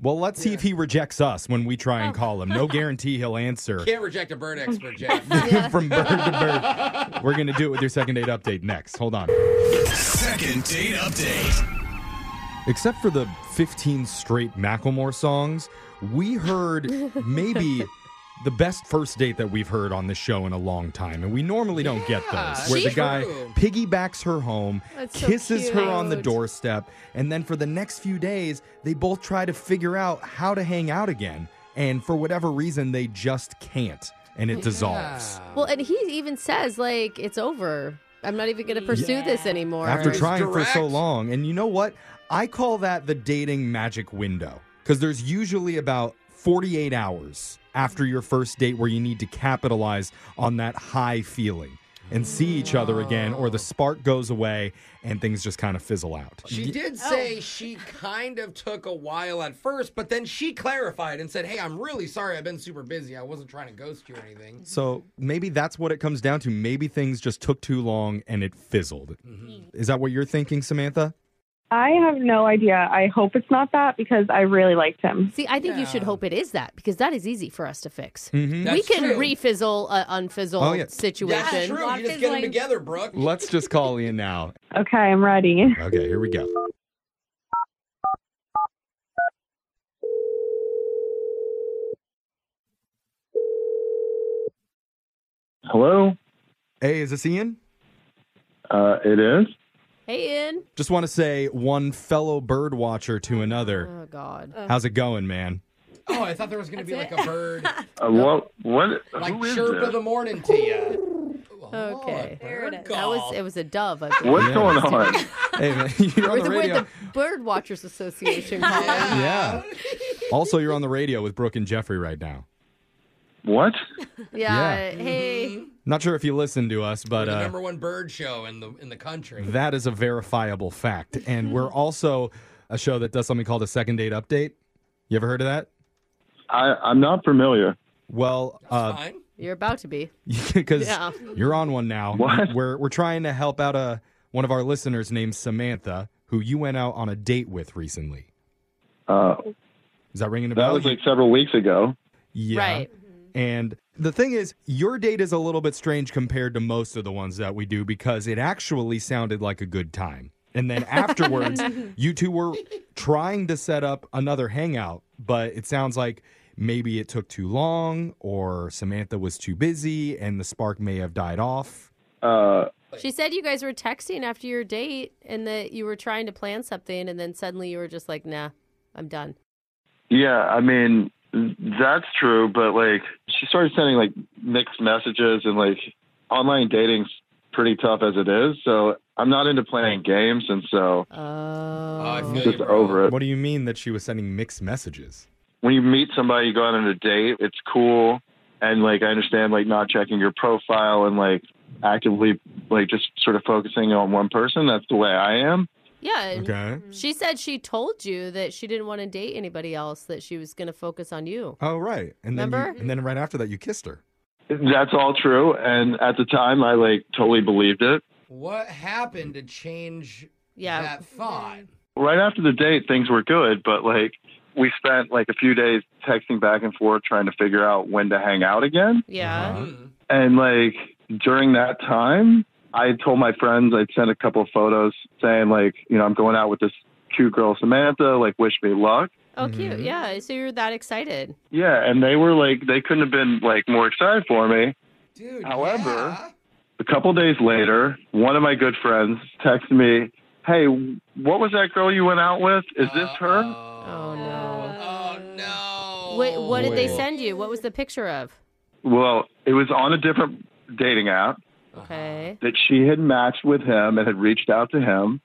Speaker 4: Well, let's see if he rejects us when we try and call him. No guarantee he'll answer.
Speaker 3: Can't reject a bird expert, Jeff.
Speaker 4: [laughs] From bird to bird. We're going to do it with your second date update next. Hold on.
Speaker 6: Second date update.
Speaker 4: Except for
Speaker 12: [laughs]
Speaker 4: the 15 straight Macklemore songs, we heard maybe the best first date that we've heard on this show in a long time, and we normally don't get those. Where the
Speaker 12: She-
Speaker 4: guy piggybacks her home,
Speaker 12: That's so
Speaker 4: kisses her on the
Speaker 12: cute.
Speaker 4: doorstep, and then for the next few days, they both try to figure out how to hang out again, and for whatever reason, they just can't, and it dissolves.
Speaker 3: Ah.
Speaker 2: Well, and he even says like it's over. I'm not even going to pursue this anymore.
Speaker 4: After trying for so long. And you know what? I call that the dating magic window because there's usually about 48 hours after your first date where you need to capitalize on that high feeling and see each other again, or the spark goes away and things just kind of fizzle out.
Speaker 3: She did say she kind of took a while at first, but then she clarified and said, "Hey, I'm really sorry. I've been super busy. I wasn't trying to ghost you or anything."
Speaker 4: So maybe that's what it comes down to. Maybe things just took too long and it fizzled.
Speaker 3: Mm-hmm.
Speaker 4: Is that what you're thinking, Samantha?
Speaker 13: I have no idea. I hope it's not that because I really liked him.
Speaker 2: See, I think you should hope it is that because that is easy for us to fix.
Speaker 4: Mhm.
Speaker 2: We
Speaker 4: That's
Speaker 2: can
Speaker 4: true.
Speaker 2: refizzle a unfizzle
Speaker 4: Oh, yeah.
Speaker 2: situation.
Speaker 3: Mm-hmm. That's true. You just get them together, Brooke.
Speaker 4: Let's just call in now.
Speaker 13: Okay, I'm ready.
Speaker 4: Okay, here we go.
Speaker 14: Hello.
Speaker 4: Hey, is this Ian?
Speaker 14: Uh, it is.
Speaker 2: Hey, Ian.
Speaker 4: Just want to say one fellow bird watcher to another.
Speaker 2: Oh God.
Speaker 4: How's it going, man?
Speaker 3: Oh, I thought there was going to be like a bird,
Speaker 14: Uh, what? What?
Speaker 3: like
Speaker 14: who is
Speaker 3: chirp
Speaker 14: this?
Speaker 3: of the morning to Oh, you.
Speaker 2: [laughs] Okay.
Speaker 3: there it
Speaker 2: is. That was it was a dove. I believe.
Speaker 14: What's going on?
Speaker 4: Hey, man, [laughs] you're on the
Speaker 2: We're the, we're
Speaker 4: radio.
Speaker 2: the Bird Watchers
Speaker 3: [laughs]
Speaker 2: Association. Colin. [laughs]
Speaker 4: Yeah. Also, you're on the radio with Brooke and Jeffrey right now.
Speaker 14: What?
Speaker 2: Yeah.
Speaker 4: Yeah.
Speaker 2: Hey.
Speaker 3: Mm-hmm.
Speaker 4: Not sure if you listen to us, but
Speaker 3: the
Speaker 4: uh,
Speaker 3: number one bird show in the in the country.
Speaker 4: that is a verifiable fact. And we're also a show that does something called a second date update. You ever heard of that?
Speaker 14: [laughs] I, I'm not familiar.
Speaker 4: Well, uh,
Speaker 2: You're about
Speaker 4: [laughs]
Speaker 2: to be.
Speaker 4: because
Speaker 2: Yeah.
Speaker 4: you're on one now.
Speaker 14: What?
Speaker 4: We're we're trying to help out a one of our listeners named Samantha, who you went out on a date with recently.
Speaker 14: Uh,
Speaker 4: Is that ringing a
Speaker 14: that
Speaker 4: bell?
Speaker 14: was like several weeks ago.
Speaker 4: yeah. Right. And the thing is, your date is a little bit strange compared to most of the ones that we do because it actually sounded like a good time. And then afterwards, you two were trying to set up another hangout, but it sounds like maybe it took too long or Samantha was too busy and the spark may have died off.
Speaker 14: Uh,
Speaker 2: She said you guys were texting after your date and that you were trying to plan something and then suddenly you were just like, nah, I'm done.
Speaker 14: Yeah, I mean that's true, but like she started sending like mixed messages and like online dating's pretty tough as it is. So I'm not into playing games, and so I'm just over it.
Speaker 4: What do Oh, you mean that she was sending mixed messages?
Speaker 14: When you meet somebody, you go out on a date. It's cool, and like I understand like not checking your profile and like actively like just sort of focusing on one person. That's the way I am.
Speaker 2: Yeah. and
Speaker 4: Okay.
Speaker 2: She said she told you that she didn't want to date anybody else, that she was going to focus on you.
Speaker 4: Oh, right. And then, you-
Speaker 2: Remember?
Speaker 4: and then right after that, you kissed her.
Speaker 14: That's all true, and at the time I like totally believed it.
Speaker 3: What happened to change that thought?
Speaker 14: right after the date, things were good, but like we spent like a few days texting back and forth trying to figure out when to hang out again.
Speaker 2: Yeah.
Speaker 14: And like during that time, I told my friends I'd sent a couple of photos saying like, you know, I'm going out with this cute girl Samantha, like wish me luck.
Speaker 2: Oh, cute. Yeah. So you're that excited.
Speaker 14: Yeah, and they were like they couldn't have been like more excited for me.
Speaker 3: Dude.
Speaker 14: However, a couple days later, one of my good friends texted me, "Hey, what was that girl you went out with? Is this her?"
Speaker 2: Wait, what did they
Speaker 14: Wait.
Speaker 2: send you? What was the picture of?
Speaker 14: Well, it was on a different dating app
Speaker 2: Okay.
Speaker 14: that she had matched with him and had reached out to him,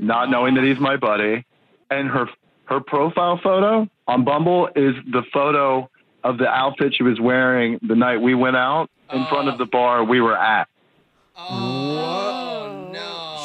Speaker 14: not knowing that he's my buddy. And her her profile photo on Bumble is the photo of the outfit she was wearing the night we went out in front of the
Speaker 3: Oh.
Speaker 14: bar we were at.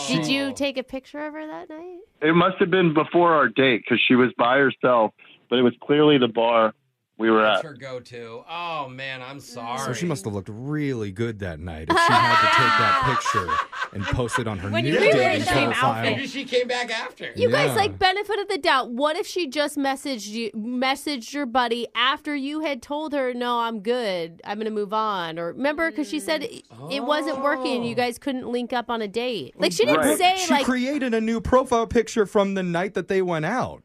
Speaker 2: Did you take a picture of her that night?
Speaker 14: It must have been before our date because she was by herself, but it was clearly the bar we were
Speaker 3: That's
Speaker 14: at.
Speaker 3: her go-to. Oh man, I'm sorry.
Speaker 4: So she must have looked really good that night if she had to take
Speaker 2: [laughs]
Speaker 4: that picture and post it on her
Speaker 2: When
Speaker 4: new
Speaker 2: you really
Speaker 4: dating
Speaker 2: the same
Speaker 4: profile.
Speaker 3: Maybe she came back after. [laughs]
Speaker 2: You
Speaker 4: Yeah.
Speaker 2: guys like benefit of the doubt. What if she just messaged you messaged your buddy after you had told her, "No, I'm good. I'm going to move on." Or remember cuz she said it, it wasn't working and you guys couldn't link up on a date. Like she didn't say
Speaker 4: Oh. she
Speaker 2: like
Speaker 4: created a new profile picture from the night that they went out.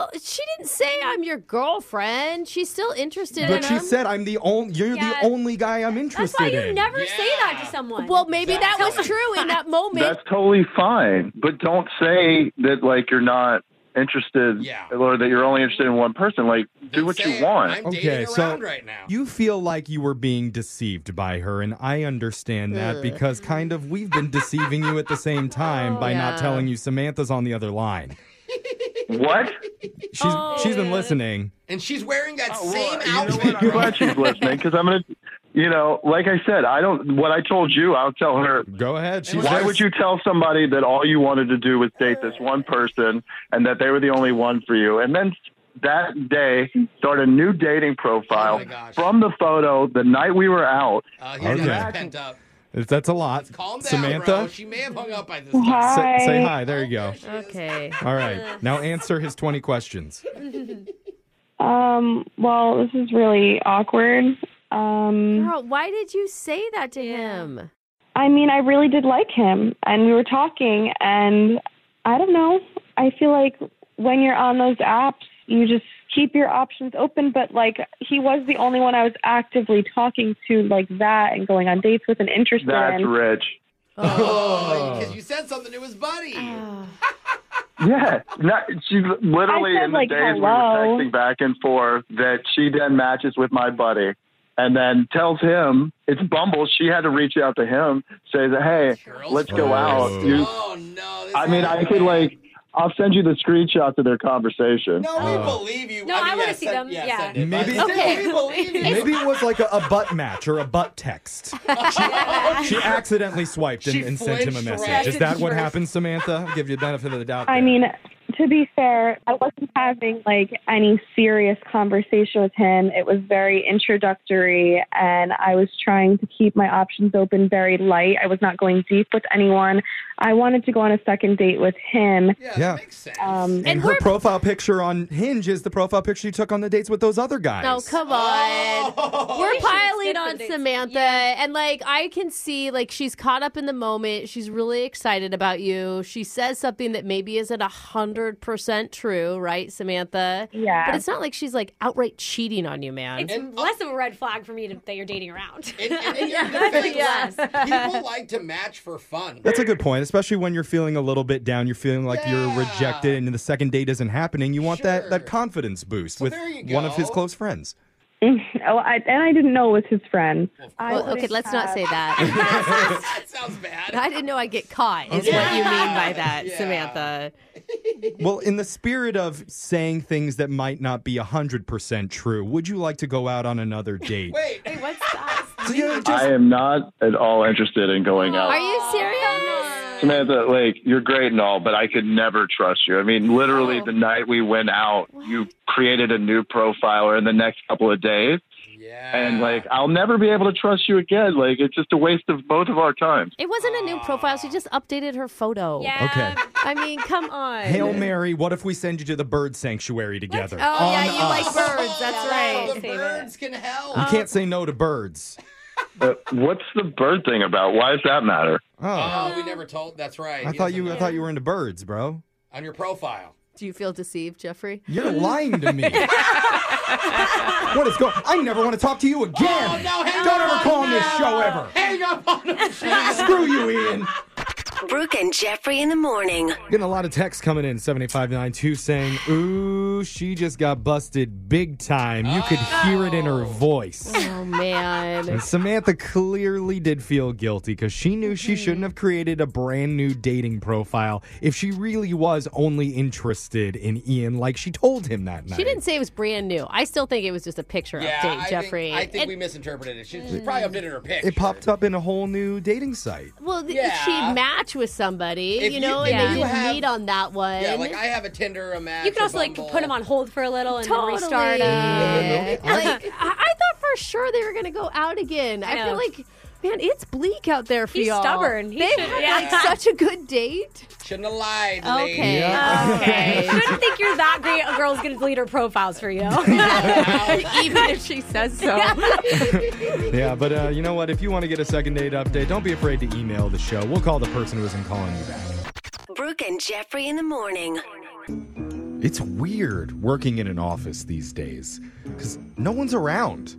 Speaker 2: Well, she didn't say I'm your girlfriend. She's still interested in
Speaker 4: But she
Speaker 2: him.
Speaker 4: said, "I'm the only. You're
Speaker 2: um? Yeah.
Speaker 4: the only guy I'm interested
Speaker 2: That's why
Speaker 4: in."
Speaker 2: you never say that to someone. Well, maybe that was true in that moment.
Speaker 14: That's totally fine, but don't say that like you're not interested or that you're only interested in one person. Like, do what you want.
Speaker 4: okay, so you feel like you were being deceived by her, and I understand that
Speaker 12: Ugh.
Speaker 4: because kind of we've been deceiving you at the
Speaker 2: [laughs] Oh,
Speaker 4: same time by
Speaker 12: Yeah.
Speaker 4: not telling you Samantha's on the other line.
Speaker 14: What?
Speaker 4: She's she's
Speaker 2: Oh.
Speaker 4: been listening.
Speaker 3: And she's wearing that same outfit. [laughs]
Speaker 14: I'm glad she's listening because I'm gonna, you know, like I said, I don't. What I told you, I'll tell her.
Speaker 4: Go ahead.
Speaker 14: Why would you tell somebody that all you wanted to do was date this one person and that they were the only one for you, and then that day start a new dating profile from the photo the night we were out?
Speaker 3: Uh,
Speaker 4: Okay.
Speaker 3: pent up.
Speaker 4: If That's a lot.
Speaker 3: Calm down,
Speaker 4: Samantha,
Speaker 3: bro. She may have hung up by this
Speaker 4: say-
Speaker 3: time.
Speaker 4: Say, hi. There you go.
Speaker 2: Okay.
Speaker 4: All right. Now answer his 20 questions.
Speaker 3: [laughs]
Speaker 4: Uh.
Speaker 13: Um, well, this is really awkward. Um,
Speaker 2: Girl, why did you say that to him?
Speaker 13: I mean, I really did like him, and we were talking, and I don't know. I feel like when you're on those apps, you just keep your options open. But like, he was the only one I was actively talking to like that, and going on dates with and interested
Speaker 14: That's
Speaker 13: in.
Speaker 14: rich.
Speaker 3: Oh, because you said something to his buddy.
Speaker 14: Yeah, not, she literally
Speaker 3: I said,
Speaker 14: in the
Speaker 3: like,
Speaker 14: days
Speaker 3: hello.
Speaker 14: we were texting back and forth that she then matches with my buddy and then tells him it's Bumble. She had to reach out to him, says, "Hey, let's go out." You-
Speaker 3: Oh,
Speaker 14: I mean, I could like, I'll send you the screenshots of their conversation.
Speaker 3: No,
Speaker 2: Oh.
Speaker 3: we believe you.
Speaker 1: No, I, want to see them. Yeah.
Speaker 3: [laughs]
Speaker 4: Oh. Maybe,
Speaker 1: Okay.
Speaker 4: [laughs] maybe it was like a, a butt match or a butt text. She accidentally swiped and,
Speaker 13: She
Speaker 4: and sent him a
Speaker 13: flinched
Speaker 4: message.
Speaker 13: right
Speaker 4: Is that what
Speaker 13: first.
Speaker 4: happened, Samantha? I'll give you the benefit of the doubt.
Speaker 13: I mean, to be fair, I wasn't having like any serious conversation with him. It was very introductory, and I was trying to keep my options open very light. I was not going deep with anyone. I wanted to go on a second date with him.
Speaker 4: yeah.
Speaker 13: Um,
Speaker 4: And, her profile picture on Hinge is the profile picture you took on the dates with those other guys.
Speaker 2: No, come on. We're piling on Samantha, and like I can see, like she's caught up in the moment. She's really excited about you. She says something that maybe isn't a hundred percent true, right, Samantha?
Speaker 1: Yeah.
Speaker 2: But it's not like she's like outright cheating on you, man.
Speaker 1: It's less of a red flag for me to, that you're dating around. [laughs]
Speaker 3: Yeah,
Speaker 1: That's like
Speaker 3: yeah.
Speaker 1: less.
Speaker 3: People like to match for fun.
Speaker 4: That's a good point, especially when you're feeling a little bit down. You're feeling like you're rejected, and the second date isn't happening. You want that, that confidence boost with one of his close friends.
Speaker 13: [laughs] oh, I, and I didn't know it was his friend. I
Speaker 2: Well, okay,
Speaker 13: wouldn't
Speaker 2: let's not
Speaker 13: have-
Speaker 2: say that. that sounds bad. I didn't know I get caught. Is what you mean by that, Samantha?
Speaker 4: Well, in the spirit of saying things that might not be 100% true, would you like to go out on another date?
Speaker 3: Wait,
Speaker 1: wait, what's that?
Speaker 14: I am not at all interested in going out.
Speaker 2: Are you serious?
Speaker 14: Samantha, like you're great and all, but I could never trust you. I mean, literally the night we went out, you created a new profile in the next couple of days. Yeah. And like I'll never be able to trust you again. Like it's just a waste of both of our times.
Speaker 2: It wasn't a new profile. She just updated her photo. Yeah.
Speaker 4: Okay.
Speaker 2: I mean, come on.
Speaker 4: Hail Mary, what if we send you to the bird sanctuary together?
Speaker 2: Oh yeah,
Speaker 4: On
Speaker 2: you
Speaker 4: us.
Speaker 2: like birds. That's
Speaker 1: Oh,
Speaker 2: right.
Speaker 3: The birds can
Speaker 2: Oh,
Speaker 3: help.
Speaker 4: You can't say no to birds.
Speaker 14: Uh, what's the bird thing about? Why does that matter?
Speaker 3: Oh, we never told. That's right.
Speaker 4: Ah. I
Speaker 3: He
Speaker 4: thought
Speaker 3: doesn't
Speaker 4: you I
Speaker 3: know.
Speaker 4: thought you were into birds, bro.
Speaker 3: on your profile.
Speaker 2: Do you feel deceived, Jeffrey?
Speaker 4: You're
Speaker 3: [laughs]
Speaker 4: lying to me. what is going I never want to talk to you again.
Speaker 3: Oh, no, hang
Speaker 4: Don't
Speaker 3: on
Speaker 4: ever call on this
Speaker 3: now.
Speaker 4: show ever.
Speaker 3: Hang up on him.
Speaker 4: [laughs] Screw you, Ian.
Speaker 6: Brooke and Jeffrey in the morning.
Speaker 4: Getting a lot of texts coming in 7592 saying, Ooh, she just got busted big time. You could hear it in her voice.
Speaker 2: Oh man. [laughs]
Speaker 4: And Samantha clearly did feel guilty because she knew she
Speaker 3: Mm-hmm.
Speaker 4: shouldn't have created a brand new dating profile if she really was only interested in Ian, like she told him that night.
Speaker 2: She didn't say it was brand new. I still think it was just a picture
Speaker 3: Yeah,
Speaker 2: update,
Speaker 3: I
Speaker 2: Jeffrey.
Speaker 3: Think, I think
Speaker 2: And-
Speaker 3: we misinterpreted it. She, she probably updated her pic.
Speaker 4: Mm. It popped up in a whole new dating site.
Speaker 2: well, th-
Speaker 3: Yeah.
Speaker 2: she'd match with somebody,
Speaker 3: If
Speaker 2: you
Speaker 3: you-
Speaker 2: know,
Speaker 3: if
Speaker 2: and
Speaker 3: you
Speaker 2: they didn't
Speaker 3: have-
Speaker 2: meet on that one.
Speaker 3: Yeah, like I have a Tinder, a match.
Speaker 1: You can also like put them on hold for a little and
Speaker 2: Totally.
Speaker 1: then restart them.
Speaker 2: Like, I-, I thought for sure they were going to go out again. I,
Speaker 1: know.
Speaker 2: feel like, man, it's bleak out there for
Speaker 1: He's
Speaker 2: y'all.
Speaker 1: stubborn. He
Speaker 2: They
Speaker 1: should-
Speaker 2: had
Speaker 1: yeah.
Speaker 2: like such a good date.
Speaker 3: Shouldn't have lied. lady.
Speaker 2: Okay.
Speaker 1: Oh.
Speaker 2: Okay.
Speaker 1: I don't think you're that great. A girl's gonna delete her profiles for you,
Speaker 2: even if she
Speaker 1: [laughs]
Speaker 2: says so.
Speaker 4: yeah, but uh, you know what? If you want to get a second date update, don't be afraid to email the show. We'll call the person who isn't calling you back.
Speaker 6: Brooke and Jeffrey in the morning.
Speaker 4: It's weird working in an office these days because no one's around.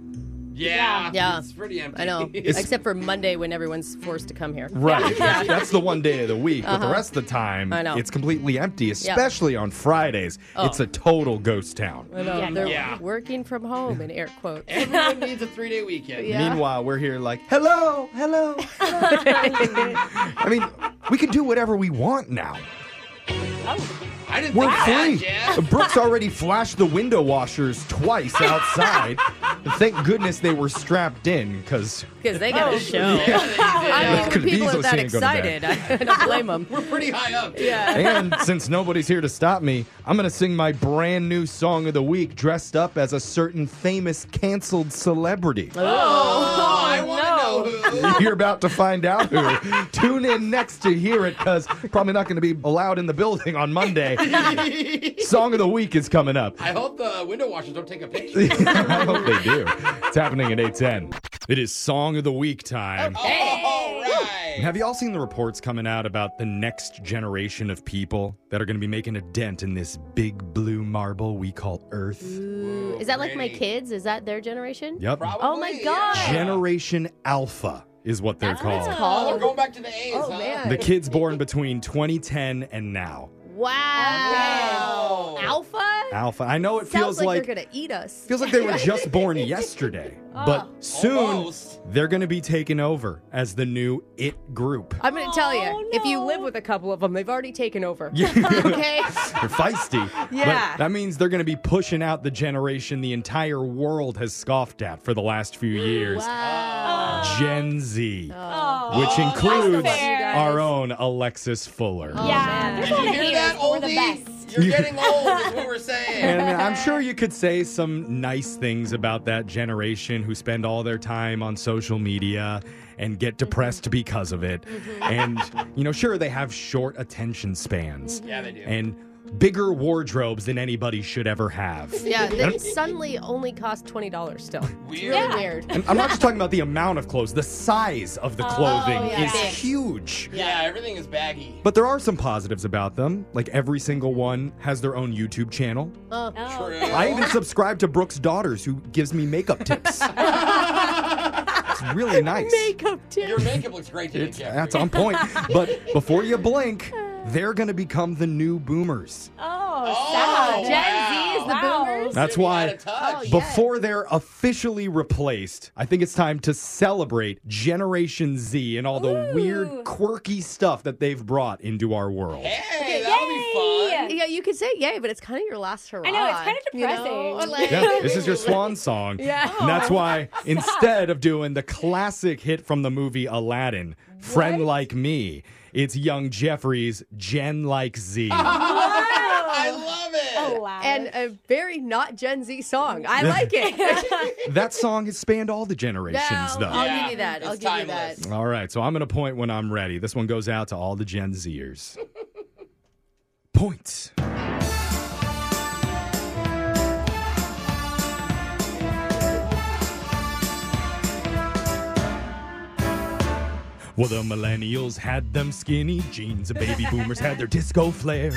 Speaker 3: Yeah.
Speaker 2: Yeah.
Speaker 3: It's pretty empty.
Speaker 2: I know.
Speaker 4: It's-
Speaker 2: Except for Monday when everyone's forced to come here.
Speaker 4: Right.
Speaker 2: [laughs] Yeah.
Speaker 4: That's the one day of the week. But the
Speaker 2: Uh-huh.
Speaker 4: rest of the time,
Speaker 2: I know.
Speaker 4: it's completely empty, especially on Fridays.
Speaker 2: Oh.
Speaker 4: It's a total ghost town.
Speaker 2: I know.
Speaker 3: Yeah.
Speaker 2: They're
Speaker 3: Yeah.
Speaker 2: working from home in air quotes.
Speaker 3: [laughs] Everyone needs a three day weekend.
Speaker 4: Meanwhile, we're here like, hello,
Speaker 2: [laughs]
Speaker 4: hello. I mean, we can do whatever we want now.
Speaker 3: I didn't
Speaker 4: We're
Speaker 3: think
Speaker 4: free.
Speaker 3: that, Jeff. [laughs]
Speaker 4: Brooks already flashed the window washers twice outside. Thank goodness they were strapped in because
Speaker 2: Because they got
Speaker 4: Oh,
Speaker 3: [laughs]
Speaker 2: a show.
Speaker 4: yeah.
Speaker 2: I mean,
Speaker 4: Could've
Speaker 2: when people are
Speaker 4: easily
Speaker 2: that
Speaker 4: seen it go to bed.
Speaker 2: excited. I don't blame them.
Speaker 3: [laughs] We're pretty high up. Too.
Speaker 4: and since nobody's here to stop me, I'm going to sing my brand new song of the week dressed up as a certain famous canceled celebrity.
Speaker 3: Oh, I want to know who. [laughs]
Speaker 4: You're about to find out who. Tune in next to hear it because probably not going to be allowed in the building on
Speaker 3: [laughs]
Speaker 4: Monday. Song of the week is coming up.
Speaker 3: I hope the window washers don't take a picture.
Speaker 4: [laughs] I hope they do. It's happening at 810. It is Song of the Week time.
Speaker 3: Oh, All right.
Speaker 4: Have you all seen the reports coming out about the next generation of people that are going to be making a dent in this big blue marble we call Earth?
Speaker 15: Ooh, is that like my kids? Is that their generation?
Speaker 4: Yep.
Speaker 15: oh my god.
Speaker 4: Generation Alpha is what they're called.
Speaker 3: Oh, we're going back to the A's. Oh,
Speaker 4: The kids born between 2010 and now.
Speaker 15: Wow. Alpha?
Speaker 4: Alpha. I know it
Speaker 15: Sounds
Speaker 4: feels
Speaker 15: like,
Speaker 4: like
Speaker 15: they're gonna eat us.
Speaker 4: Feels like they were just
Speaker 15: [laughs]
Speaker 4: born yesterday, but
Speaker 15: Oh.
Speaker 4: soon they're going to be taken over as the new it group.
Speaker 2: I'm going to tell you,
Speaker 3: Oh,
Speaker 2: if you live with a couple of them, they've already taken over.
Speaker 4: [laughs] Yeah.
Speaker 2: okay.
Speaker 4: They're feisty.
Speaker 2: Yeah.
Speaker 4: But that means they're going to be pushing out the generation the entire world has scoffed at for the last few years. Gen Z, which
Speaker 10: Oh,
Speaker 4: includes
Speaker 10: that's fair.
Speaker 4: our own Alexis Fuller.
Speaker 10: Yeah.
Speaker 3: Did
Speaker 10: There's
Speaker 3: you
Speaker 10: a lot of
Speaker 3: hear that,
Speaker 10: haters. We're the
Speaker 3: oldies?
Speaker 10: best.
Speaker 3: You're getting
Speaker 4: [laughs]
Speaker 3: old, is what we're saying.
Speaker 4: And I'm sure you could say some nice things about that generation who spend all their time on social media and
Speaker 2: Mm-hmm.
Speaker 4: get depressed because of it. And, you know, sure, they have short attention spans.
Speaker 3: Yeah, they do.
Speaker 4: And bigger wardrobes than anybody should ever have. [laughs]
Speaker 2: Yeah, they
Speaker 4: And-
Speaker 2: suddenly only cost $20 still. Weird.
Speaker 3: Yeah.
Speaker 2: Really weird.
Speaker 4: And I'm not just talking about the amount of clothes, the size of the
Speaker 2: Oh,
Speaker 4: clothing
Speaker 2: yeah.
Speaker 4: is
Speaker 2: Big.
Speaker 4: huge.
Speaker 3: Yeah, everything is baggy.
Speaker 4: But there are some positives about them. Like every single one has their own YouTube channel.
Speaker 2: Oh.
Speaker 3: True.
Speaker 4: I even subscribe to Brooke's Daughters, who gives me makeup tips. it's [laughs] really nice.
Speaker 2: Makeup tips.
Speaker 3: Your makeup looks great today,
Speaker 4: It's,
Speaker 3: Jeff.
Speaker 4: that's
Speaker 3: [laughs]
Speaker 4: on point. But before you blink, they're going to become the new boomers.
Speaker 10: Oh,
Speaker 3: sad.
Speaker 10: Gen Z is the
Speaker 15: Wow.
Speaker 1: Oh,
Speaker 10: boomers.
Speaker 4: That's why, before they're officially replaced, I think it's time to celebrate Generation Z and all the weird, quirky stuff that they've brought into our world.
Speaker 3: [laughs] Hey, that'll be fun.
Speaker 2: Yeah, you could say yay, but it's kind of your last hurrah.
Speaker 1: I know, it's kinda
Speaker 2: you know?
Speaker 1: depressing.
Speaker 2: Like- [laughs]
Speaker 4: Yeah, this is your swan song.
Speaker 2: Yeah. Oh,
Speaker 4: And that's why instead of doing the classic hit from the movie Aladdin, Friend Like Me, it's young Jeffrey's Gen Like Z.
Speaker 3: [laughs] I love it.
Speaker 2: Oh, wow. And a very not Gen Z song. I like
Speaker 4: [laughs]
Speaker 2: it. [laughs]
Speaker 4: that song has spanned all the generations,
Speaker 2: No,
Speaker 4: though.
Speaker 2: I'll give you that. I'll
Speaker 3: it's
Speaker 2: give you
Speaker 4: All right, so I'm going to point when I'm ready. This one goes out to all the Gen
Speaker 2: [laughs]
Speaker 4: Zers. Points. Well, the millennials had them skinny jeans, the baby boomers had their disco flares.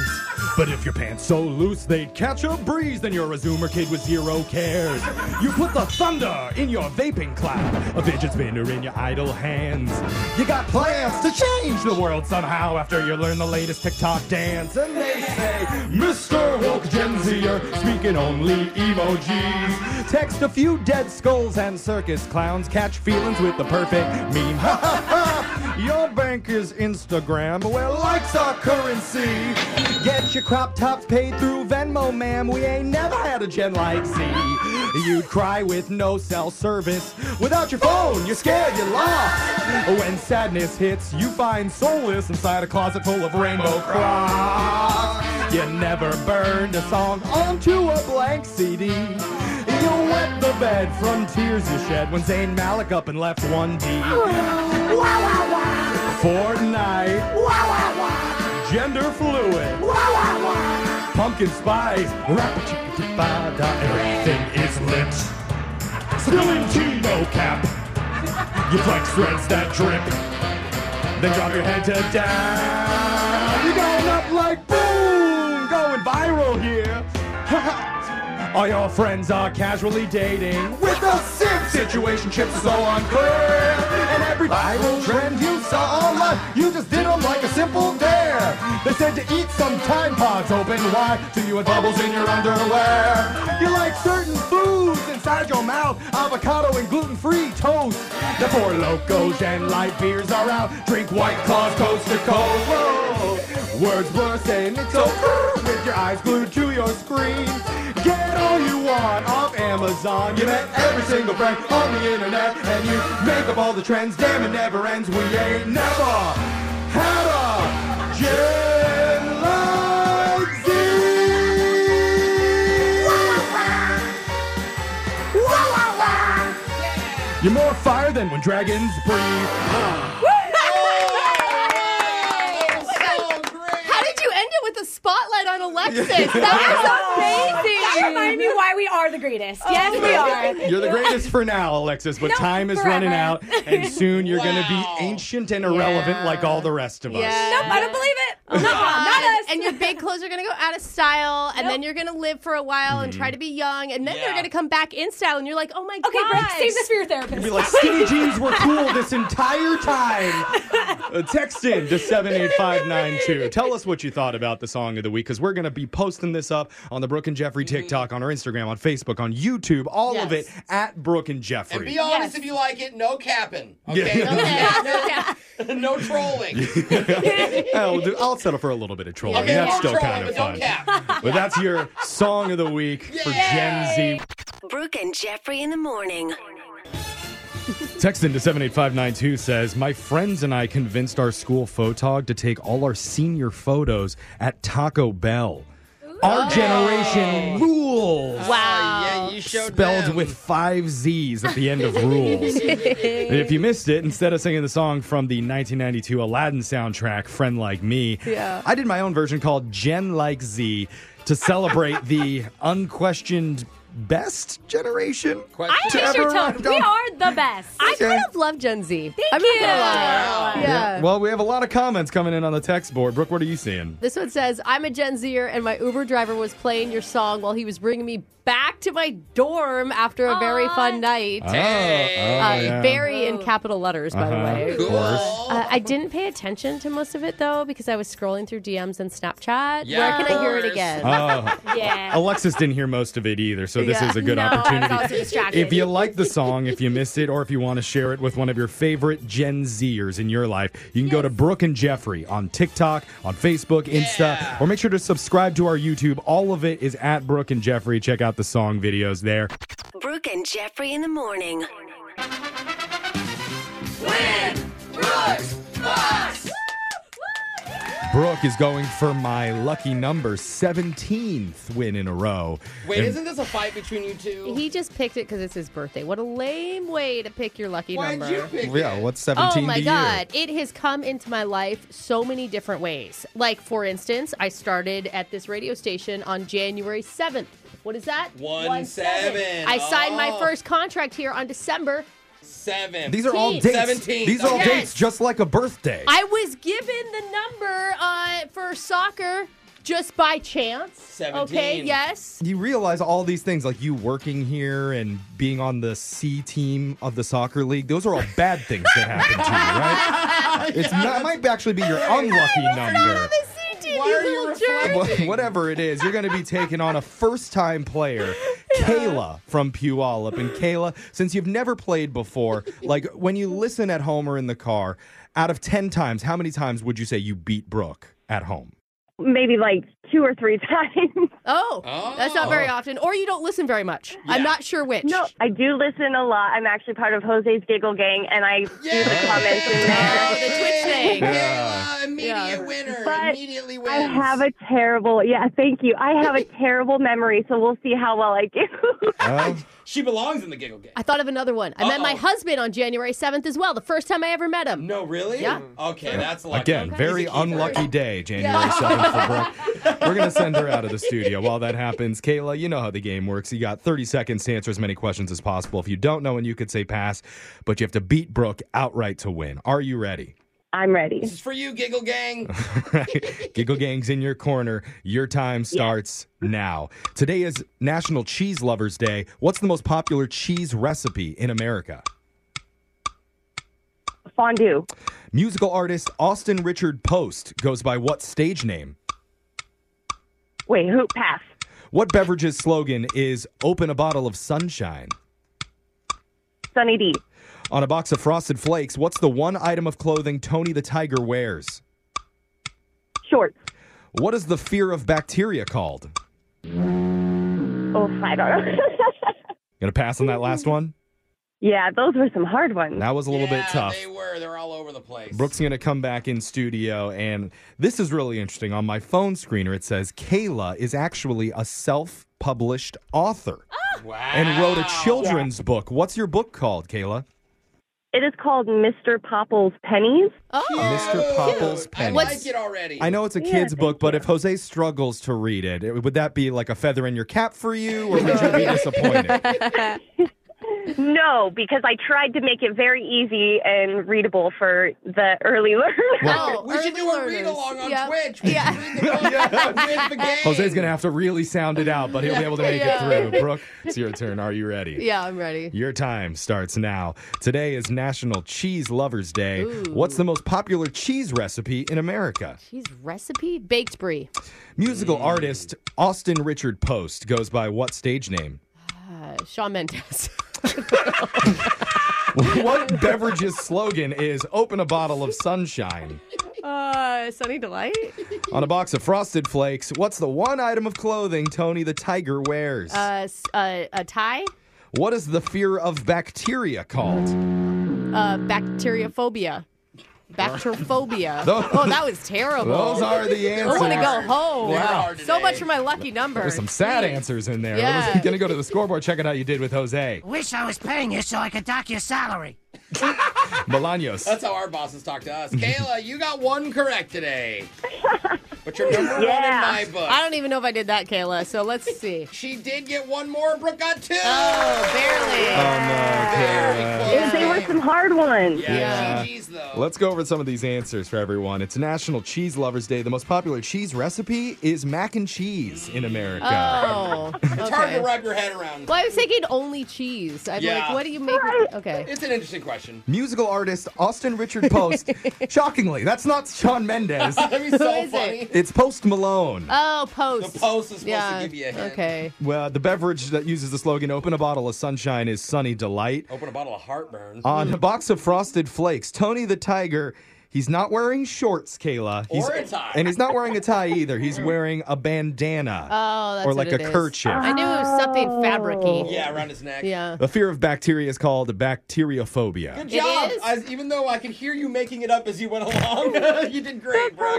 Speaker 4: But if your pants so loose they'd catch a breeze, then you're a zoomer kid with zero cares. You put the thunder in your vaping cloud, a fidget spinner in your idle hands. You got plans to change the world somehow after you learn the latest TikTok dance. And they say, Mr. Woke Gen Zer, speaking only emojis. Text a few dead skulls and circus clowns, catch feelings with the perfect meme. Ha ha ha! Your banker's Instagram, well, likes our currency. Get your crop tops paid through Venmo, ma'am. We ain't never had a gen like Z. You'd cry with no cell service. Without your phone, you're scared, you're lost. When sadness hits, you find solace inside a closet full of rainbow cross. You never burned a song onto a blank CD. You wet the bed from tears you shed when Zayn Malik up and left one D. Fortnite. Gender fluid. Pumpkin spice. Rappa-chicka-chicka-ba-da. Everything is lit. Still in Chino cap. You flex threads that drip. Then drop your head to down. You're going up like boom. Going viral here.
Speaker 16: [laughs] All your friends are casually dating with a simp. Situation chips so unclear. And every viral trend you saw online, you just did them like a simple dare. They said to eat some Tide Pods open wide till you had bubbles in your underwear. You like certain foods inside your mouth, avocado and gluten-free toast. The four locos and light beers are out. Drink White Claws coast to coast. Whoa. Words blur saying it's over with your eyes glued to your screen. Get all you want off Amazon. You met every single friend on the internet, and you make up all the trends. Damn, it never ends. We ain't never had a Gen like Z. You're more fire than when dragons breathe.
Speaker 2: How did you end it with a spotlight on Alexis? That was amazing.
Speaker 1: That reminded me why we are the greatest. Yes, [laughs] we are.
Speaker 4: You're the greatest for now, Alexis, but
Speaker 1: No,
Speaker 4: time is running out,
Speaker 1: forever.
Speaker 4: and soon you're going to be ancient and irrelevant like all the rest of us.
Speaker 1: Nope, I don't believe it.
Speaker 2: Not,
Speaker 1: not us.
Speaker 2: Oh And your big clothes are going to go out of style, and then you're going to live for a while and try to be young, and then they're
Speaker 4: Hmm. Yeah.
Speaker 2: going to come back in style, and you're like, oh my god.
Speaker 1: Okay, Brooke, save this for your therapist.
Speaker 4: You'll be
Speaker 2: [laughs]
Speaker 4: like, skinny jeans were cool this entire
Speaker 1: [laughs]
Speaker 4: time. Uh, text in to 78592. Tell us what you thought about the song of the week because we're going to be posting this up on the Brooke and Jeffrey
Speaker 1: Mm-hmm.
Speaker 4: TikTok, on our Instagram, on Facebook, on YouTube, all of it at Brooke and Jeffrey.
Speaker 3: And be
Speaker 4: [laughs]
Speaker 1: [laughs]
Speaker 3: honest if you like it. No capping. Okay.
Speaker 4: Yeah.
Speaker 3: no, [laughs] no trolling.
Speaker 4: I'll, do, I'll settle for a little bit of [laughs] trolling.
Speaker 3: Okay,
Speaker 4: that's
Speaker 3: I'll
Speaker 4: still
Speaker 3: troll,
Speaker 4: kind of
Speaker 3: but don't
Speaker 4: fun. [laughs] But that's your song of the week for Gen Z.
Speaker 6: Brooke and Jeffrey in the morning.
Speaker 4: Text into 78592 says, My friends and I convinced our school photog to take all our senior photos at Taco Bell. Our generation rules.
Speaker 3: Wow. yeah, you showed
Speaker 4: Spelled with five Z's at the end of [laughs] rules. And if you missed it, instead of singing the song from the 1992 Aladdin soundtrack, Friend Like Me,
Speaker 16: Yeah.
Speaker 4: I did my own version called Gen Like Z to celebrate the [laughs] unquestioned best generation.
Speaker 1: I
Speaker 4: to
Speaker 1: miss your
Speaker 4: ever
Speaker 1: tone.
Speaker 4: arrive.
Speaker 1: We are the best.
Speaker 2: I kind of love Gen Z. Thank I'm not
Speaker 1: you.
Speaker 2: gonna lie.
Speaker 1: Wow.
Speaker 2: Yeah.
Speaker 4: Well, we have a lot of comments coming in on the text board. Brooke, what are you seeing?
Speaker 2: This one says, I'm a Gen Zer, and my Uber driver was playing your song while he was bringing me back to my dorm after a very fun night.
Speaker 4: Oh, oh,
Speaker 2: uh,
Speaker 4: yeah.
Speaker 2: Very in capital letters, by
Speaker 4: Uh-huh,
Speaker 2: the way.
Speaker 4: of Cool. course.
Speaker 2: Uh, I didn't pay attention to most of it, though, because I was scrolling through DMs and Snapchat.
Speaker 3: Yeah,
Speaker 2: Where
Speaker 3: of
Speaker 2: can I hear it
Speaker 3: course.
Speaker 2: again?
Speaker 4: [laughs] Oh.
Speaker 2: yeah.
Speaker 4: Alexis didn't hear most of it either, so this
Speaker 2: Yeah.
Speaker 4: is a good
Speaker 2: No, I was
Speaker 4: opportunity.
Speaker 2: also distracted.
Speaker 4: If you like the song, if you missed it, or if you want to share it with one of your favorite Gen Zers in your life, you can go to Brooke and Jeffrey on TikTok, on Facebook, Insta, or make sure to subscribe to our YouTube. All of it is at Brooke and Jeffrey. Check out the song videos there.
Speaker 6: Brooke and Jeffrey in the morning.
Speaker 4: Brooke is going for my lucky number 17th win in a row.
Speaker 3: Wait,
Speaker 4: And-
Speaker 3: isn't this a fight between you two?
Speaker 2: He just picked it because it's his birthday. What a lame way to pick your lucky
Speaker 3: Why'd
Speaker 2: number.
Speaker 3: you pick
Speaker 4: Yeah, what's 17
Speaker 2: Oh my
Speaker 4: to you?
Speaker 2: god, it has come into my life so many different ways. Like for instance, I started at this radio station on January 7th. What is that?
Speaker 3: One seven.
Speaker 2: I signed my
Speaker 3: Oh.
Speaker 2: first contract here on December.
Speaker 3: Seven.
Speaker 4: These are [laughs] all dates.
Speaker 3: 17.
Speaker 4: These are all
Speaker 3: Okay.
Speaker 4: dates just like a birthday.
Speaker 2: I was given the number uh, for soccer just by chance.
Speaker 4: 17.
Speaker 2: Okay, yes.
Speaker 4: you realize all these things like you working here and being on the C team of the soccer league. Those are all bad things that
Speaker 2: [laughs]
Speaker 4: happen to you, right? It's not, it might actually be your unlucky number.
Speaker 17: Why are you
Speaker 4: Wha- Whatever it is, you're going to be taking on a first time player, Kayla from Puyallup. And Kayla, since you've never played before, like when you listen at home or in the car, out of 10 times, how many times would you say you beat Brooke at home?
Speaker 18: Maybe like two or three [laughs] times.
Speaker 2: Oh, that's not very often. Or you don't listen very much. I'm not sure which.
Speaker 18: No, I do listen a lot. I'm actually part of Jose's Giggle Gang, and I do the comments in there.
Speaker 2: Oh, The Twitch thing.
Speaker 3: Kayla, uh, immediate winner. immediately wins.
Speaker 18: I have a terrible, yeah, thank you. I have a terrible memory, so we'll see how well I do. [laughs]
Speaker 4: Uh,
Speaker 3: [laughs] She belongs in the giggle game.
Speaker 2: I thought of another one. I met my husband on January 7th as well, the first time I ever met him.
Speaker 3: No, really?
Speaker 2: Yeah.
Speaker 3: Okay, that's lucky.
Speaker 4: Again, very unlucky day, January 7th for Brooke. We're going to send her out of the studio while that happens. Kayla, you know how the game works. You got 30 seconds to answer as many questions as possible. If you don't know, and you could say pass, but you have to beat Brooke outright to win. Are you ready?
Speaker 18: I'm ready.
Speaker 3: This is for you, Giggle
Speaker 4: [laughs]
Speaker 3: Gang. [laughs]
Speaker 4: Giggle Gang's in your corner. Your time starts now. Today is National Cheese Lovers Day. What's the most popular cheese recipe in America?
Speaker 18: Fondue.
Speaker 4: Musical artist Austin Richard Post goes by what stage name?
Speaker 18: Wait, who? Pass.
Speaker 4: What beverage's slogan is open a bottle of sunshine?
Speaker 18: Sunny D.
Speaker 4: On a box of frosted flakes, what's the one item of clothing Tony the Tiger wears?
Speaker 18: Shorts.
Speaker 4: What is the fear of bacteria called?
Speaker 18: Oh, I don't know. [laughs]
Speaker 4: Gonna pass on that last one?
Speaker 18: yeah, those were some hard ones.
Speaker 4: That was a little bit tough.
Speaker 3: They were. They're all over the place.
Speaker 4: Brooke's going to come back in studio, and this is really interesting. On my phone screener, it says Kayla is actually a self published author
Speaker 3: Ah. Wow.
Speaker 4: and wrote a children's book. What's your book called, Kayla?
Speaker 18: It is called Mr. Popple's Pennies.
Speaker 19: Oh,
Speaker 4: Mr. Popple's Pennies.
Speaker 3: it already.
Speaker 4: I know it's a kid's book, but if Jose struggles to read it, it- would that be like a feather in your cap for you, or would you be disappointed?
Speaker 18: [laughs] No, because I tried to make it very easy and readable for the early [laughs] learners.
Speaker 4: Well-
Speaker 3: we should do a read along on Twitch. We yeah. Read the
Speaker 4: [laughs]
Speaker 3: with
Speaker 2: [laughs]
Speaker 3: the game.
Speaker 4: Jose's going to have to really sound it out, but he'll be able to make
Speaker 19: Yeah.
Speaker 4: it through. Brooke, it's your turn. Are you ready?
Speaker 19: Yeah, I'm ready.
Speaker 4: Your time starts now. Today is National Cheese Lovers Day.
Speaker 19: Ooh.
Speaker 4: What's the most popular cheese recipe in America?
Speaker 19: Cheese recipe? Baked brie.
Speaker 4: Musical artist Austin Richard Post goes by what stage name? [laughs]
Speaker 19: Uh, Shawn
Speaker 2: [laughs]
Speaker 19: Mendes.
Speaker 4: what beverage's slogan is open a bottle of sunshine?
Speaker 19: Uh, Sunny Delight?
Speaker 4: On a box of frosted flakes, what's the one item of clothing Tony the Tiger wears?
Speaker 19: Uh, s- uh, a tie?
Speaker 4: what is the fear of bacteria called?
Speaker 19: Uh, bacteriophobia. Bacterophobia.
Speaker 4: Those-
Speaker 19: oh, that was terrible.
Speaker 4: Those are the
Speaker 19: I want to
Speaker 4: answers.
Speaker 19: go home.
Speaker 4: They Wow. are
Speaker 19: So much for my lucky number.
Speaker 4: There's some sad answers in there.
Speaker 19: Yeah.
Speaker 4: We're going to go to the scoreboard, checking how you did with Jose.
Speaker 20: Wish I was paying you so I could dock your salary.
Speaker 4: Melanios.
Speaker 3: That's how our bosses talk to us. Kayla, you got one
Speaker 19: [laughs]
Speaker 3: correct today. But you're number one in my book.
Speaker 19: I don't even know if I did that, Kayla. So
Speaker 3: [laughs]
Speaker 19: let's see.
Speaker 3: She did get one more. Brooke got two.
Speaker 19: Oh, barely.
Speaker 3: Oh.
Speaker 18: They were some hard ones.
Speaker 4: Yeah. Let's go over some of these answers for everyone. It's National Cheese Lovers Day. The most popular cheese recipe is mac and cheese in America.
Speaker 19: Oh,
Speaker 3: It's hard to
Speaker 19: okay.
Speaker 3: wrap your head around.
Speaker 19: Well, I was thinking only cheese. I'm
Speaker 4: Yeah.
Speaker 19: like, what do you make? Okay.
Speaker 3: It's an interesting question.
Speaker 4: Musical artist Austin Richard Post.
Speaker 19: [laughs]
Speaker 4: Shockingly, that's not Sean Mendes.
Speaker 3: That'd be so funny.
Speaker 4: It's Post Malone.
Speaker 19: Oh, post.
Speaker 3: The post is supposed
Speaker 19: yeah.
Speaker 3: to give you a hint.
Speaker 19: Okay.
Speaker 4: Well, the beverage that uses the slogan "Open a bottle of sunshine" is Sunny Delight.
Speaker 3: Open a bottle of
Speaker 19: Oh,
Speaker 3: heartburn.
Speaker 19: mm-hmm.
Speaker 4: On a box of frosted flakes, Tony the Tiger. He's not wearing shorts, Kayla. He's,
Speaker 19: Or a tie.
Speaker 4: And he's not wearing a tie either. He's wearing a bandana.
Speaker 19: Oh, that's
Speaker 4: Or
Speaker 19: what
Speaker 4: like a
Speaker 19: it is. Ah.
Speaker 4: kerchief.
Speaker 19: I knew it was something fabricy.
Speaker 3: Oh. Yeah, around his neck.
Speaker 19: Yeah.
Speaker 4: The fear of bacteria is called bacteriophobia.
Speaker 3: Good job. I, even though I could hear you making it up as you went along, [laughs] you did great, Brooke.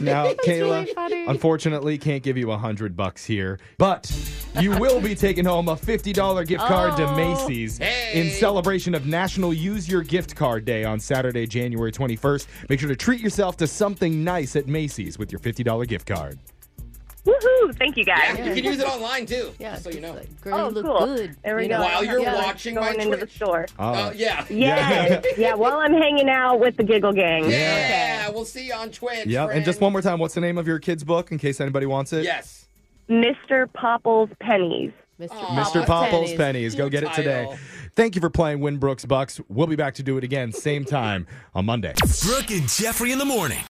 Speaker 3: [laughs]
Speaker 4: Now, Kayla, unfortunately, can't give you a hundred bucks here, but you will be taking home a fifty dollar gift card to
Speaker 3: Oh.
Speaker 4: Macy's in celebration of National Use Your Gift Card Day on Saturday, January twenty first. Make sure to treat yourself to something nice at Macy's with your fifty dollar gift card.
Speaker 18: Woohoo! Thank you guys.
Speaker 3: You can use it online too. Yeah, just so you know.
Speaker 18: oh, cool. There we
Speaker 3: You
Speaker 18: go.
Speaker 3: know, While you're
Speaker 18: Yeah.
Speaker 3: watching my
Speaker 18: going into the store.
Speaker 4: Oh.
Speaker 3: Uh, yeah.
Speaker 18: Yes. [laughs] yeah. While I'm hanging out with the Giggle Gang.
Speaker 3: Yeah, we'll see you on Twitch.
Speaker 4: Yep. And just one more time, what's the name of your kid's book in case anybody wants it?
Speaker 3: Yes.
Speaker 18: Mr. Popple's Pennies.
Speaker 4: Mr. Popple's Pennies. Go get it today. Thank you for playing Winbrooks Bucks. We'll be back to do it again, same time on Monday.
Speaker 11: Brooke and Jeffrey in the morning.